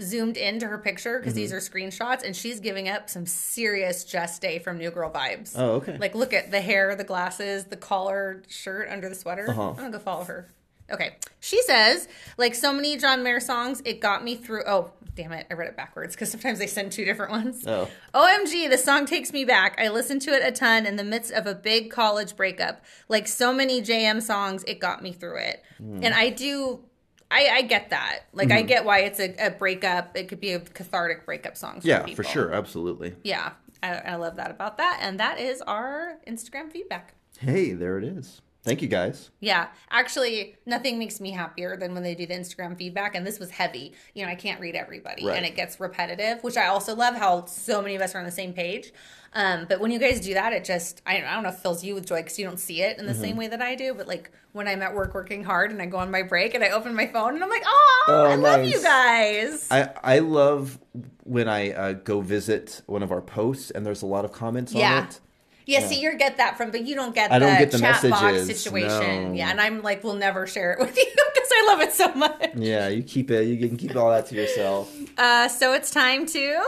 Speaker 1: zoomed into her picture because
Speaker 2: Mm-hmm.
Speaker 1: these are screenshots and she's giving up some serious Jess Day from New Girl vibes.
Speaker 2: Oh, okay.
Speaker 1: Like look at the hair, the glasses, the collared shirt under the sweater.
Speaker 2: Uh-huh.
Speaker 1: I'm gonna go follow her. Okay. She says, like so many John Mayer songs, it got me through oh damn it, I read it backwards because sometimes they send two different ones.
Speaker 2: Oh.
Speaker 1: OMG, the song takes me back. I listened to it a ton in the midst of a big college breakup. Like so many JM songs, it got me through it.
Speaker 2: Hmm.
Speaker 1: And I do, I, I get that. Like, I get why it's a, a breakup. It could be a cathartic breakup song. For
Speaker 2: yeah, for
Speaker 1: people.
Speaker 2: sure, absolutely.
Speaker 1: Yeah, I, I love that about that. And that is our Instagram feedback.
Speaker 2: Hey, there it is. Thank you guys.
Speaker 1: Yeah, actually, nothing makes me happier than when they do the Instagram feedback. And this was heavy. You know, I can't read everybody,
Speaker 2: Right.
Speaker 1: and it gets repetitive, which I also love how so many of us are on the same page. Um, but when you guys do that, it just I, I don't know if it fills you with joy because you don't see it in the
Speaker 2: Mm-hmm.
Speaker 1: same way that I do. But like when I'm at work working hard and I go on my break and I open my phone and I'm like, oh,
Speaker 2: Oh,
Speaker 1: I love
Speaker 2: nice.
Speaker 1: you guys.
Speaker 2: I I love when I uh, go visit one of our posts and there's a lot of comments on
Speaker 1: yeah.
Speaker 2: it.
Speaker 1: Yeah, see, you get that from, but you don't get
Speaker 2: I don't
Speaker 1: the
Speaker 2: get the
Speaker 1: chat box
Speaker 2: messages,
Speaker 1: situation.
Speaker 2: no.
Speaker 1: Yeah, and I'm like, we'll never share it with (laughs) you because I love it so much.
Speaker 2: Yeah, you keep it. You can keep all that
Speaker 1: (laughs)
Speaker 2: to yourself.
Speaker 1: Uh, so it's time to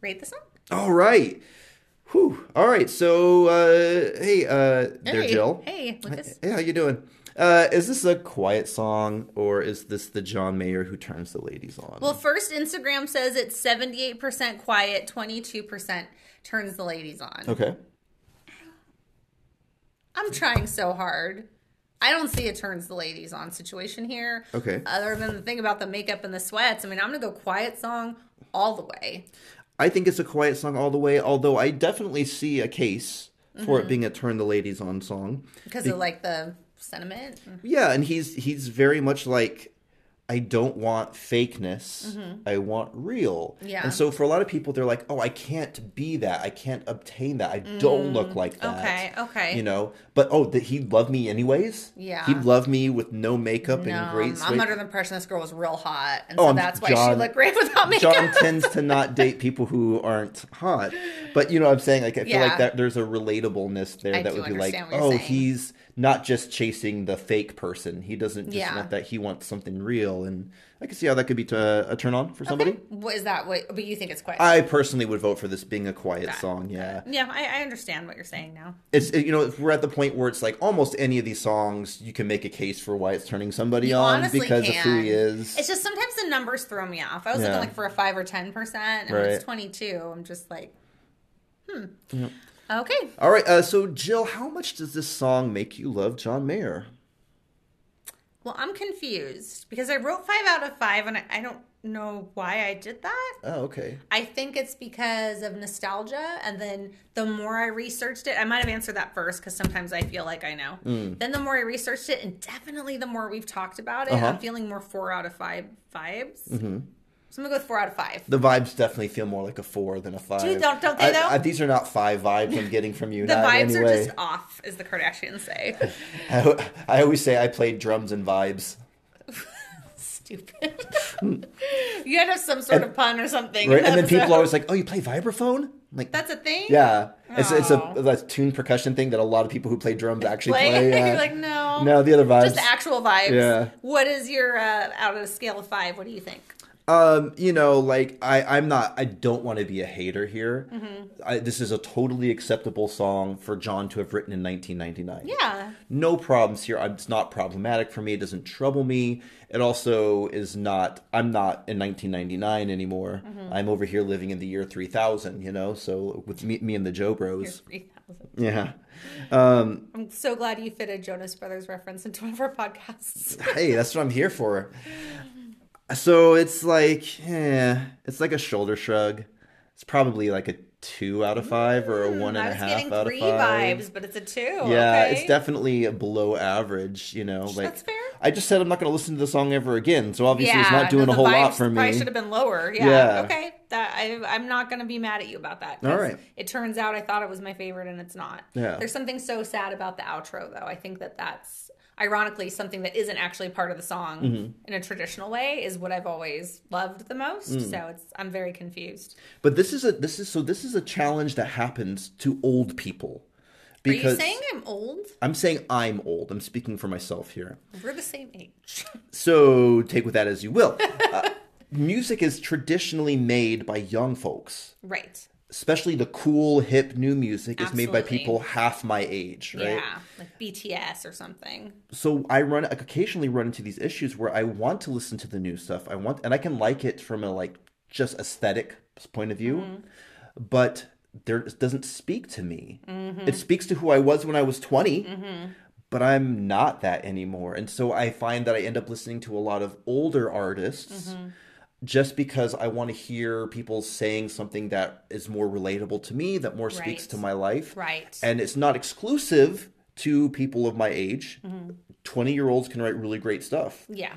Speaker 1: rate the song.
Speaker 2: All right. Whew. All right. So, uh, hey, uh, there,
Speaker 1: Hey.
Speaker 2: Jill.
Speaker 1: Hey, Lucas.
Speaker 2: Hey, how you doing? Uh, is this a quiet song or is this the John Mayer who turns the ladies on?
Speaker 1: Well, first Instagram says it's 78% quiet, 22% turns the ladies on.
Speaker 2: okay.
Speaker 1: I'm trying so hard. I don't see a turns the ladies on situation here.
Speaker 2: Okay.
Speaker 1: Other than the thing about the makeup and the sweats. I mean, I'm going to go quiet song all the way.
Speaker 2: I think it's a quiet song all the way, although I definitely see a case for
Speaker 1: Mm-hmm.
Speaker 2: it being a turn the ladies on song.
Speaker 1: Because of like the sentiment.
Speaker 2: Yeah, and he's he's very much like I don't want fakeness. I want real.
Speaker 1: Mm-hmm. Yeah.
Speaker 2: And so for a lot of people they're like, "Oh, I can't be that. I can't obtain that. I don't look like that."
Speaker 1: Mm. okay, okay.
Speaker 2: You know, but oh, that he loved me anyways?
Speaker 1: Yeah.
Speaker 2: He loved me with no makeup and
Speaker 1: Um,
Speaker 2: great
Speaker 1: I'm
Speaker 2: sweat.
Speaker 1: under the impression this girl was real hot. And
Speaker 2: Oh,
Speaker 1: so
Speaker 2: I'm-
Speaker 1: that's why
Speaker 2: John-
Speaker 1: she looked great (laughs) without makeup.
Speaker 2: (laughs) John tends to not date people who aren't hot. But you know what I'm saying? Like I feel like
Speaker 1: Yeah.
Speaker 2: that there's a relatableness there
Speaker 1: I
Speaker 2: that
Speaker 1: do
Speaker 2: would be like,
Speaker 1: understand what
Speaker 2: oh,
Speaker 1: you're saying.
Speaker 2: he's not just chasing the fake person. He doesn't just
Speaker 1: Yeah.
Speaker 2: want that. He wants something real. And I can see how that could be to, uh, a turn on for somebody.
Speaker 1: What is that? What, but you think it's quiet.
Speaker 2: I personally would vote for this being a quiet song. Yeah.
Speaker 1: yeah, I, I understand what you're saying now.
Speaker 2: It's, it- you know, if we're at the point where it's like almost any of these songs, you can make a case for why it's turning somebody
Speaker 1: You
Speaker 2: on
Speaker 1: honestly
Speaker 2: because of who
Speaker 1: can.
Speaker 2: he is.
Speaker 1: It's just sometimes the numbers throw me off. I was
Speaker 2: Yeah.
Speaker 1: looking like for a five or ten percent, and when
Speaker 2: Right.
Speaker 1: it's twenty two. I'm just like, hmm. Okay,
Speaker 2: All right. Uh, so, Jill, how much does this song make you love John Mayer?
Speaker 1: well I'm confused because I wrote five out of five, and I, I don't know why I did that.
Speaker 2: Oh, okay.
Speaker 1: I think it's because of nostalgia, and then the more I researched it, I might have answered that first because sometimes I feel like I know.
Speaker 2: Mm.
Speaker 1: Then the more I researched it, and definitely the more we've talked about it,
Speaker 2: Uh-huh. Mm-hmm.
Speaker 1: I'm feeling more four out of five vibes. So I'm gonna go with four out of five.
Speaker 2: The vibes definitely feel more like a four than a five.
Speaker 1: Dude, don't- don't they,
Speaker 2: I-
Speaker 1: though?
Speaker 2: I- these are not five vibes I'm getting from
Speaker 1: (laughs)
Speaker 2: you.
Speaker 1: The
Speaker 2: not in
Speaker 1: vibes
Speaker 2: any
Speaker 1: are
Speaker 2: way.
Speaker 1: just off, as the Kardashians say. (laughs)
Speaker 2: I, I always say I played drums and vibes.
Speaker 1: Stupid. (laughs) you had to have some sort of pun or something.
Speaker 2: Right? And then people are
Speaker 1: are
Speaker 2: always like, "Oh, you play vibraphone?" I'm like,
Speaker 1: That's a thing?
Speaker 2: yeah, it's it's a,
Speaker 1: Oh.
Speaker 2: that's tuned percussion thing that a lot of people who play drums actually
Speaker 1: Play?
Speaker 2: play.
Speaker 1: (laughs) You're
Speaker 2: yeah.
Speaker 1: like, no.
Speaker 2: no, the other vibes.
Speaker 1: Just the actual vibes.
Speaker 2: Yeah.
Speaker 1: What is your, uh, out of a scale of five, what do you think?
Speaker 2: um, you know, like I, I'm not. I don't want to be a hater here.
Speaker 1: Mm-hmm.
Speaker 2: I, this is a totally acceptable song for John to have written in 1999.
Speaker 1: Yeah.
Speaker 2: no problems here. I'm- It's not problematic for me. It doesn't trouble me. It also is not. I'm not in 1999 anymore.
Speaker 1: Mm-hmm.
Speaker 2: I'm over here living in the year 3000. You know, so with me, me and the Joe Bros.
Speaker 1: 3,000.
Speaker 2: Yeah.
Speaker 1: I'm so glad you fit a Jonas Brothers reference into one of our podcasts.
Speaker 2: (laughs) Hey, that's what I'm here for. So it's like, eh, it's like a shoulder shrug. It's probably like a two out of five or a one and
Speaker 1: Mm, I
Speaker 2: a
Speaker 1: was
Speaker 2: half
Speaker 1: getting
Speaker 2: out
Speaker 1: three
Speaker 2: of five.
Speaker 1: vibes, but it's a two.
Speaker 2: Yeah,
Speaker 1: okay?
Speaker 2: it's definitely below average, you know. Like
Speaker 1: That's fair.
Speaker 2: I just said I'm not going to listen to the song ever again, so obviously it's not
Speaker 1: no,
Speaker 2: doing a
Speaker 1: the
Speaker 2: whole lot
Speaker 1: vibes
Speaker 2: for
Speaker 1: Probably
Speaker 2: me.
Speaker 1: should have been lower. Yeah.
Speaker 2: Yeah.
Speaker 1: Okay. That I, I'm not going to be mad at you about that. 'cause
Speaker 2: All right.
Speaker 1: It turns out I thought it was my favorite, and it's not.
Speaker 2: Yeah.
Speaker 1: There's something so sad about the outro, though. I think that that's ironically something that isn't actually part of the song
Speaker 2: Mm-hmm.
Speaker 1: in a traditional way is what I've always loved the most.
Speaker 2: Mm.
Speaker 1: So it's I'm very confused.
Speaker 2: But this is a this is so this is a challenge that happens to old people.
Speaker 1: Are
Speaker 2: Because
Speaker 1: you saying I'm old?
Speaker 2: I'm saying I'm old. I'm speaking for myself here.
Speaker 1: We're the same age. (laughs)
Speaker 2: So take with that as you will. Uh, music is traditionally made by young folks.
Speaker 1: right.
Speaker 2: especially the cool hip new music is made by
Speaker 1: Absolutely.
Speaker 2: people half my age right
Speaker 1: Yeah. Like BTS or something.
Speaker 2: so i run I occasionally run into these issues where i want to listen to the new stuff i want and i can like it from a like just aesthetic point of view but there it doesn't speak to me it speaks to who i was when i was 20 but i'm not that anymore and so i find that i end up listening to a lot of older artists just because I want to hear people saying something that is more relatable to me, that more speaks
Speaker 1: Right.
Speaker 2: to my life.
Speaker 1: Right.
Speaker 2: And it's not exclusive to people of my age. 20 year olds can write really great stuff.
Speaker 1: yeah.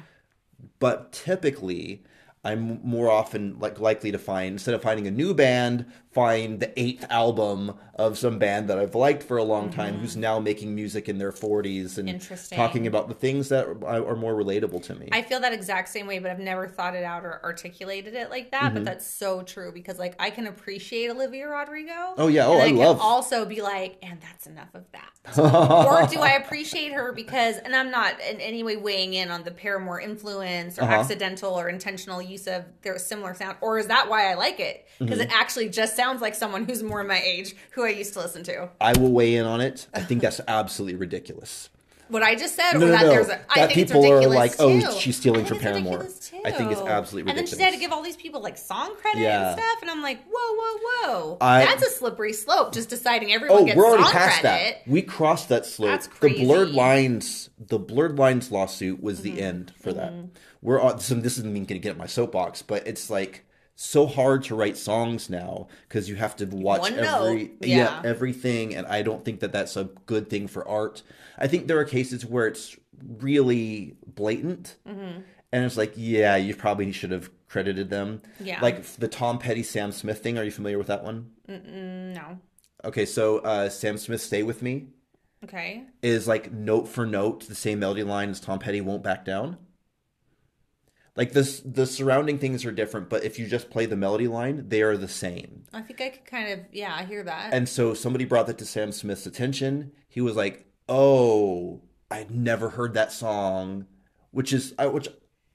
Speaker 2: But typically, I'm more often like likely to find instead of finding a new band, find the eighth album of some band that I've liked for a long time, who's now making music in their 40s
Speaker 1: Mm-hmm.
Speaker 2: and
Speaker 1: Interesting.
Speaker 2: talking about the things that are are more relatable to me.
Speaker 1: I feel that exact same way, but I've never thought it out or articulated it like that.
Speaker 2: Mm-hmm.
Speaker 1: But that's so true because, like, I can appreciate Olivia Rodrigo.
Speaker 2: Oh, yeah. Oh,
Speaker 1: and
Speaker 2: I
Speaker 1: can
Speaker 2: love-
Speaker 1: Also, be like, and that's enough of
Speaker 2: (laughs)
Speaker 1: that. or do I appreciate her because, and I'm not in any way weighing in on the Paramore influence or
Speaker 2: Uh-huh.
Speaker 1: accidental or intentional use of their similar sound, or is that why I like it?
Speaker 2: Mm-hmm.
Speaker 1: Because it actually just sounds like someone who's more my age, who I used to listen to.
Speaker 2: I will weigh in on it. I think that's absolutely ridiculous.
Speaker 1: what I just said,
Speaker 2: No,
Speaker 1: or
Speaker 2: no,
Speaker 1: that
Speaker 2: no.
Speaker 1: there's a, I
Speaker 2: That
Speaker 1: think it's
Speaker 2: people are
Speaker 1: ridiculous
Speaker 2: like,
Speaker 1: too.
Speaker 2: oh, she's stealing
Speaker 1: I
Speaker 2: from
Speaker 1: think it's
Speaker 2: Paramore.
Speaker 1: ridiculous, too.
Speaker 2: I think it's absolutely
Speaker 1: And then she had
Speaker 2: ridiculous.
Speaker 1: to give all these people like song credit
Speaker 2: Yeah.
Speaker 1: and stuff, and I'm like, whoa, whoa, whoa,
Speaker 2: I-
Speaker 1: that's a slippery slope. Just deciding everyone
Speaker 2: Oh,
Speaker 1: gets
Speaker 2: we're already
Speaker 1: song
Speaker 2: past
Speaker 1: credit.
Speaker 2: that. We crossed that slope.
Speaker 1: That's
Speaker 2: The blurred
Speaker 1: crazy. Mm-hmm.
Speaker 2: lines, the blurred lines lawsuit was the end for that. We're on. So this isn't even going to get my soapbox, but it's like so hard to write songs now because you have to watch
Speaker 1: One
Speaker 2: every
Speaker 1: note, yeah.
Speaker 2: everything, and I don't think that that's a good thing for art. I think there are cases where it's really blatant,
Speaker 1: Mm-hmm.
Speaker 2: and it's like, yeah, you probably should have credited them.
Speaker 1: Yeah.
Speaker 2: like the Tom Petty Sam Smith thing. Are you familiar with that one?
Speaker 1: No,
Speaker 2: Okay, so uh, Sam Smith "Stay with Me"
Speaker 1: okay,
Speaker 2: is like note for note the same melody line as Tom Petty "Won't Back Down." Like this, the surrounding things are different, but if you just play the melody line, they are the same.
Speaker 1: I think I could kind of yeah, I hear that.
Speaker 2: And so somebody brought that to Sam Smith's attention. He was like, "Oh, I'd never heard that song," which is I, which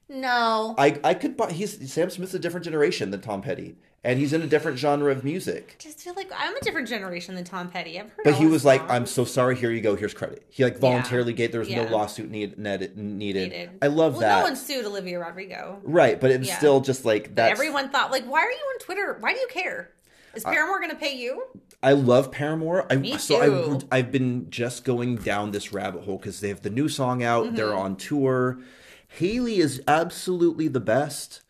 Speaker 1: no,
Speaker 2: I I could. buy He's Sam Smith's a different generation than Tom Petty, and he's in a different genre of music.
Speaker 1: just feel like I'm a different generation than Tom Petty. I've heard,
Speaker 2: But
Speaker 1: all
Speaker 2: he
Speaker 1: his
Speaker 2: was like,
Speaker 1: songs.
Speaker 2: "I'm so sorry. Here you go. Here's credit." He like voluntarily gave. There was no
Speaker 1: Yeah.
Speaker 2: lawsuit need, needed. needed.
Speaker 1: Hated.
Speaker 2: I love
Speaker 1: well,
Speaker 2: that.
Speaker 1: No one sued Olivia Rodrigo.
Speaker 2: right, but it was
Speaker 1: Yeah.
Speaker 2: still just like that.
Speaker 1: Everyone thought like, why are you on Twitter? Why do you care? Is Paramore going to pay you?
Speaker 2: I love Paramore. I,
Speaker 1: Me
Speaker 2: So I,
Speaker 1: too.
Speaker 2: I've been just going down this rabbit hole because they have the new song out.
Speaker 1: Mm-hmm.
Speaker 2: They're on tour. Haley is absolutely the best.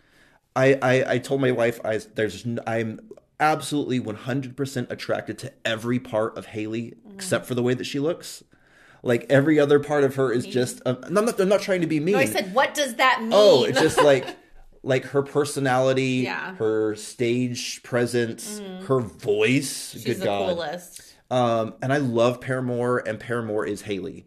Speaker 2: I I, I told my wife I there's n- I'm absolutely 100% attracted to every part of Haley
Speaker 1: Mm.
Speaker 2: except for the way that she looks. Like every other part of her is just. Um, and I'm not. I'm not trying to be mean.
Speaker 1: No, I said, what does that mean?
Speaker 2: Oh,
Speaker 1: (laughs)
Speaker 2: it's just like like her personality,
Speaker 1: Yeah. Mm.
Speaker 2: her stage presence, her voice.
Speaker 1: She's
Speaker 2: good
Speaker 1: the
Speaker 2: God.
Speaker 1: coolest.
Speaker 2: Um, and I love Paramore, and Paramore is Haley.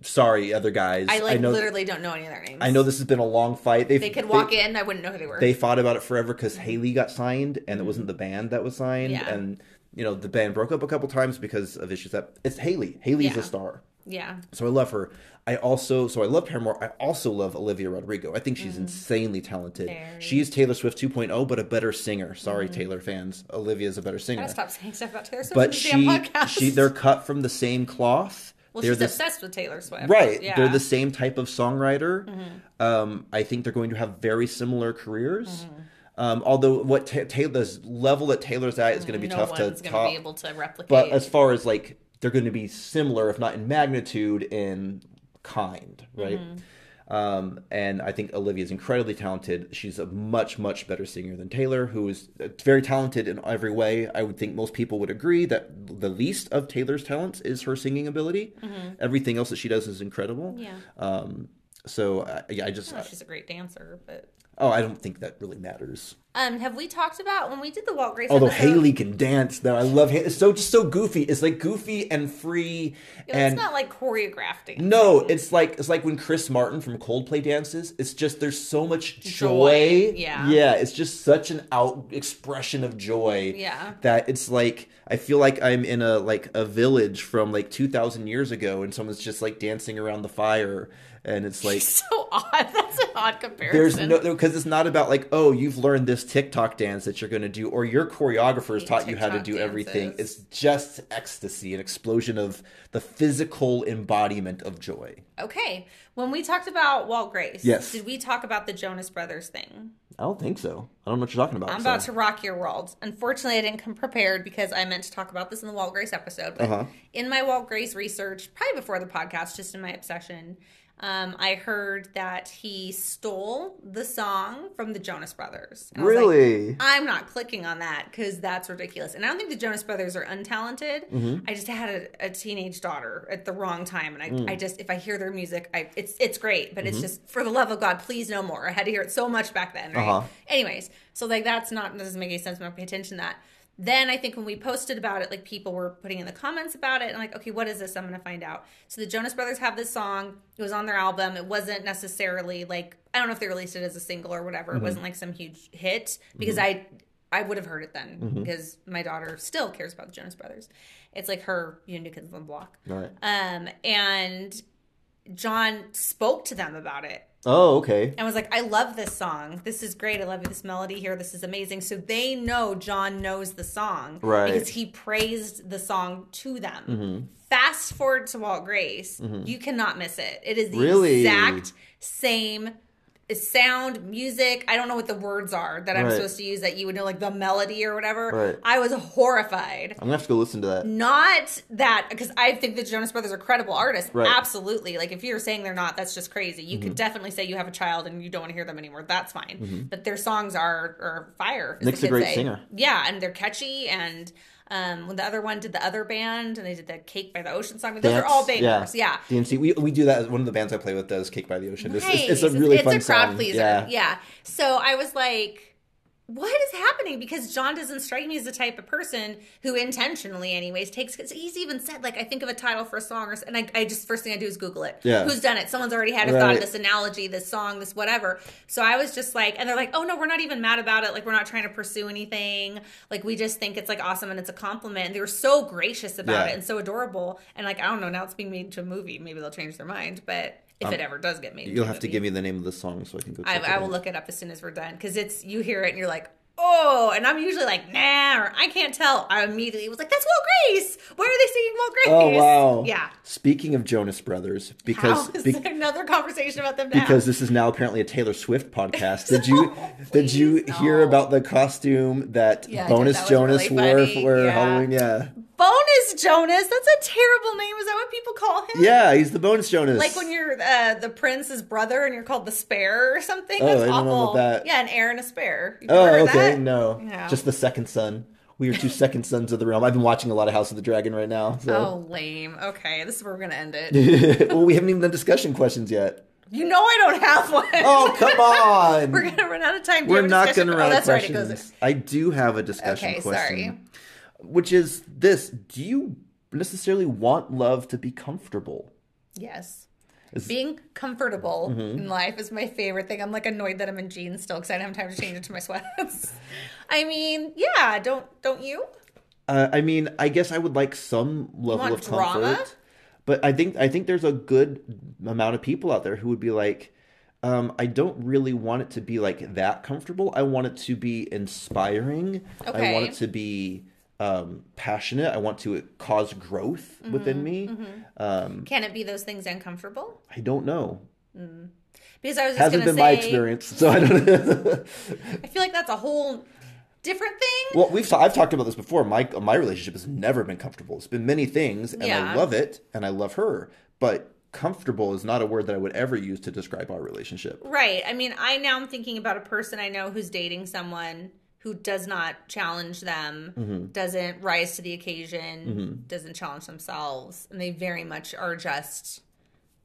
Speaker 2: Sorry, other guys.
Speaker 1: Mm. I like
Speaker 2: know.
Speaker 1: literally don't know any of their names.
Speaker 2: I know this has been a long fight. They've,
Speaker 1: They could walk in, I wouldn't know who they were.
Speaker 2: They fought about it forever because Haley got signed, and it wasn't the band that was signed,
Speaker 1: Mm. Yeah.
Speaker 2: and you know the band broke up a couple times because of issues that it's Haley. Haley's
Speaker 1: Yeah.
Speaker 2: a star.
Speaker 1: yeah.
Speaker 2: So I love her. I also so I love Paramore. I also love Olivia Rodrigo. I think she's insanely talented.
Speaker 1: Mm. Very. Mm.
Speaker 2: She is Taylor Swift 2.0, but a better singer. Sorry, Taylor fans. Olivia's a better
Speaker 1: I
Speaker 2: singer.
Speaker 1: gotta stop saying stuff about Taylor Swift on
Speaker 2: But
Speaker 1: the
Speaker 2: she,
Speaker 1: damn podcast.
Speaker 2: she, they're cut from the same cloth.
Speaker 1: well,
Speaker 2: they're
Speaker 1: she's
Speaker 2: the,
Speaker 1: obsessed with Taylor Swift.
Speaker 2: right.
Speaker 1: Yeah. Mm-hmm.
Speaker 2: They're the same type of songwriter. Um, I think they're going to have very similar careers.
Speaker 1: Mm-hmm.
Speaker 2: Um, although what Ta Taylor's level that Taylor's at is going to be
Speaker 1: Mm-hmm. no
Speaker 2: tough to
Speaker 1: one's gonna
Speaker 2: top.
Speaker 1: be able to replicate.
Speaker 2: But as far as like they're going to be similar, if not in magnitude, in kind, right?
Speaker 1: Mm-hmm.
Speaker 2: Um, and I think Olivia is incredibly talented. She's a much, much better singer than Taylor, who is uh, very talented in every way. I would think most people would agree that the least of Taylor's talents is her singing ability. Everything else that she does is incredible.
Speaker 1: Mm-hmm. yeah.
Speaker 2: Um, so I, yeah, I just
Speaker 1: I don't know if she's a great dancer, but
Speaker 2: oh, I don't think that really matters.
Speaker 1: um, have we talked about when we did the Walt Grace?
Speaker 2: Although
Speaker 1: episode,
Speaker 2: Haley can dance, though I love Haley. It's so just so goofy. It's like goofy and free,
Speaker 1: it's
Speaker 2: and
Speaker 1: not like choreographed. (laughs) dancing.
Speaker 2: no, it's like it's like when Chris Martin from Coldplay dances. It's just there's so much joy.
Speaker 1: Joy, yeah.
Speaker 2: yeah. It's just such an out expression of joy.
Speaker 1: Yeah.
Speaker 2: that it's like I feel like I'm in a like a village from like 2,000 years ago, and someone's just like dancing around the fire, and it's like.
Speaker 1: so odd. That's an odd comparison.
Speaker 2: There's no because it's not about like oh you've learned this TikTok dance that you're going to do or your choreographers
Speaker 1: Hate
Speaker 2: taught you how to
Speaker 1: TikTok
Speaker 2: do everything. It's
Speaker 1: dances.
Speaker 2: just ecstasy, an explosion of the physical embodiment of joy.
Speaker 1: Okay. When we talked about Walt Grace,
Speaker 2: Yes.
Speaker 1: did we talk about the Jonas Brothers thing?
Speaker 2: I don't think so. I don't know what you're talking about.
Speaker 1: I'm about to rock your world. Unfortunately, I didn't come prepared because I meant to talk about this in the Walt Grace episode. But
Speaker 2: Uh-huh.
Speaker 1: in my Walt Grace research, probably before the podcast, just in my obsession, um, I heard that he stole the song from the Jonas Brothers. And I was like, I'm not clicking on that because that's ridiculous. And I don't think the Jonas Brothers are untalented. I just had a, a teenage daughter at the wrong time, and I, I just if I hear their music, I it's it's great, but it's just for the love of God, please no more. I had to hear it so much back then. Right?
Speaker 2: Uh-huh.
Speaker 1: Anyways, so like that's not that doesn't make any sense. I'm not paying attention to that. Then I think when we posted about it, like people were putting in the comments about it and like, okay, what is this? I'm gonna find out. So the Jonas Brothers have this song. It was on their album. It wasn't necessarily like I don't know if they released it as a single or whatever. It wasn't like some huge hit because I I would have heard it then because my daughter still cares about the Jonas Brothers. It's like her you know, New Kids on the Block.
Speaker 2: All right.
Speaker 1: Um, and John spoke to them about it
Speaker 2: Oh, okay.
Speaker 1: and was like, I love this song. This is great. I love this melody here. This is amazing. So they know John knows the song
Speaker 2: Right. Mm-hmm.
Speaker 1: because he praised the song to them. Fast forward to Walt Grace, you cannot miss it. It is the
Speaker 2: Really?
Speaker 1: exact same uh, sound, music. I don't know what the words are that I'm
Speaker 2: Right.
Speaker 1: supposed to use that you would know, like the melody or whatever.
Speaker 2: Right.
Speaker 1: I was horrified
Speaker 2: I'm gonna have to go listen to that.
Speaker 1: not that because I think the Jonas Brothers are credible artists.
Speaker 2: Right. Mm-hmm.
Speaker 1: Absolutely. Like if you're saying they're not, that's just crazy. You could definitely say you have a child and you don't want to hear them anymore. That's fine. But their songs are are fire. as the
Speaker 2: Nick's a
Speaker 1: kids
Speaker 2: great singer.
Speaker 1: Yeah, and they're catchy. And um, when the other one did the other band and they did the Cake by the Ocean song, I mean, those are all
Speaker 2: That's-
Speaker 1: bangers. Yeah.
Speaker 2: DNC. We, we do that. One of the bands I play with does "Cake by the Ocean." It's, it's- it's
Speaker 1: Nice.
Speaker 2: a really fun
Speaker 1: a crowd
Speaker 2: song.
Speaker 1: pleaser.
Speaker 2: Yeah.
Speaker 1: So I was like, what is happening? Because John doesn't strike me as the type of person who intentionally, anyways, takes. Cause he's even said, like, I think of a title for a song, or, s- and I, I just first thing I do is Google it.
Speaker 2: Yeah.
Speaker 1: Who's done it? Someone's already had a thought
Speaker 2: Right.
Speaker 1: of this analogy, this song, this whatever. So I was just like, and they're like, oh no, we're not even mad about it. Like, we're not trying to pursue anything. Like, we just think it's like awesome and it's a compliment. And they were so gracious about
Speaker 2: Yeah.
Speaker 1: it and so adorable. And like, I don't know, now it's being made to a movie. Maybe they'll change their mind, but. If
Speaker 2: Um,
Speaker 1: it ever does get made, into a
Speaker 2: You'll have to
Speaker 1: movie.
Speaker 2: give me the name of the song so I can go.
Speaker 1: I,
Speaker 2: check it
Speaker 1: I will
Speaker 2: out.
Speaker 1: look it up as soon as we're done because it's you hear it and you're like, oh, and I'm usually like, nah, or I can't tell. I immediately was like, that's Walt Grace. Why are they singing Walt
Speaker 2: Oh
Speaker 1: Grace?
Speaker 2: wow!
Speaker 1: yeah.
Speaker 2: Speaking of Jonas Brothers, because
Speaker 1: How is
Speaker 2: be-
Speaker 1: there another conversation about them now?
Speaker 2: because this is now apparently a Taylor Swift podcast. Did you did
Speaker 1: (laughs)
Speaker 2: you
Speaker 1: please,
Speaker 2: hear
Speaker 1: no.
Speaker 2: about the costume that
Speaker 1: Yeah, I did.
Speaker 2: Bonus
Speaker 1: That was
Speaker 2: Jonas
Speaker 1: really
Speaker 2: wore
Speaker 1: funny.
Speaker 2: for
Speaker 1: Yeah.
Speaker 2: Halloween? Yeah,
Speaker 1: Bonus Jonas, that's a terrible name. Is that what people call him?
Speaker 2: yeah, he's the Bonus Jonas.
Speaker 1: Like when you're uh, the prince's brother and you're called the spare or something.
Speaker 2: Oh,
Speaker 1: That's
Speaker 2: I didn't know
Speaker 1: awful.
Speaker 2: about that.
Speaker 1: Yeah, an heir and a spare. You've
Speaker 2: Oh,
Speaker 1: heard of
Speaker 2: okay.
Speaker 1: that?
Speaker 2: No.
Speaker 1: Yeah.
Speaker 2: Just the second son. We
Speaker 1: (laughs)
Speaker 2: are two second sons of the realm. I've been watching a lot of House of the Dragon right now. So.
Speaker 1: Oh, lame. Okay, this is where we're gonna end it.
Speaker 2: well, we haven't even done discussion questions yet.
Speaker 1: you know I don't have one. (laughs)
Speaker 2: Oh, come on.
Speaker 1: We're gonna run out of time. Do you
Speaker 2: We're
Speaker 1: have a
Speaker 2: not
Speaker 1: discussion?
Speaker 2: going to
Speaker 1: oh,
Speaker 2: run out of
Speaker 1: that's right, it goes-
Speaker 2: questions. I do have a discussion
Speaker 1: Okay,
Speaker 2: question.
Speaker 1: sorry.
Speaker 2: Which is this Do you necessarily want love to be comfortable?
Speaker 1: Yes.
Speaker 2: Is-
Speaker 1: Being comfortable
Speaker 2: Mm-hmm.
Speaker 1: in life is my favorite thing. I'm like annoyed that I'm in jeans still because I don't have time to change into my sweats. (laughs) I mean, yeah, don't don't you?
Speaker 2: Uh, I mean, I guess I would like some level
Speaker 1: want
Speaker 2: of comfort,
Speaker 1: drama?
Speaker 2: but I think I think there's a good amount of people out there who would be like, um, I don't really want it to be like that comfortable. I want it to be inspiring. I
Speaker 1: Okay.
Speaker 2: want it to be um, passionate. I want to cause growth
Speaker 1: Mm-hmm.
Speaker 2: within me. Um,
Speaker 1: Can it be those things uncomfortable?
Speaker 2: I don't know.
Speaker 1: Because I was just
Speaker 2: Hasn't
Speaker 1: gonna
Speaker 2: been
Speaker 1: say,
Speaker 2: my experience, so I don't. (laughs) know.
Speaker 1: I feel like that's a whole different thing.
Speaker 2: well, we've ta- I've talked about this before. My my relationship has never been comfortable. It's been many things, and I
Speaker 1: Yeah.
Speaker 2: love it, and I love her. But comfortable is not a word that I would ever use to describe our relationship.
Speaker 1: Right. I mean, I now I'm thinking about a person I know who's dating someone who does not challenge them,
Speaker 2: Mm-hmm.
Speaker 1: doesn't rise to the occasion, doesn't challenge themselves, and they very much are just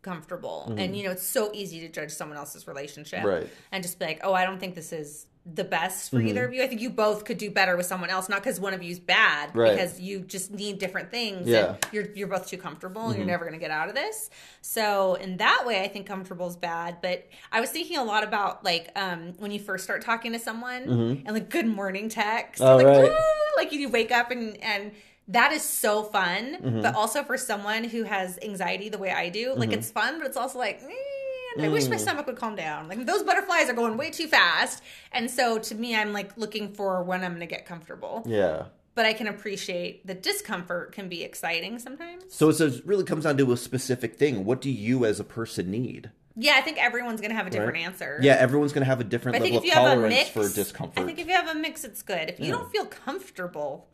Speaker 1: comfortable. And you know, it's so easy to judge someone else's relationship
Speaker 2: Mm-hmm. Right. Mm-hmm.
Speaker 1: and just be like, "Oh, I don't think this is the best for either of you. I think you both could do better with someone else, not because one of you's bad,
Speaker 2: Right.
Speaker 1: because you just need different things.
Speaker 2: Yeah. Mm-hmm.
Speaker 1: And you're you're both too comfortable and you're never going to get out of this. So in that way, I think comfortable is bad. But I was thinking a lot about like um, when you first start talking to someone and like good morning text,
Speaker 2: Mm-hmm. Oh,
Speaker 1: like
Speaker 2: right.
Speaker 1: "Ooh," like you wake up and and. That is so fun,
Speaker 2: Mm-hmm.
Speaker 1: but also for someone who has anxiety the way I do, like it's fun, but it's also like, "Mm, I wish my stomach would calm down. Like those butterflies are going way too fast. And so to me, I'm like looking for when I'm going to get comfortable.
Speaker 2: Yeah.
Speaker 1: But I can appreciate the discomfort can be exciting sometimes.
Speaker 2: So it's it really comes down to a specific thing. What do you as a person need?
Speaker 1: Yeah, I think everyone's gonna have a different
Speaker 2: Right.
Speaker 1: answer.
Speaker 2: Yeah, everyone's going to have a different
Speaker 1: But I think
Speaker 2: level
Speaker 1: if
Speaker 2: of
Speaker 1: you have a
Speaker 2: tolerance
Speaker 1: mix
Speaker 2: for discomfort.
Speaker 1: I think if you have a mix, it's good. If you don't feel comfortable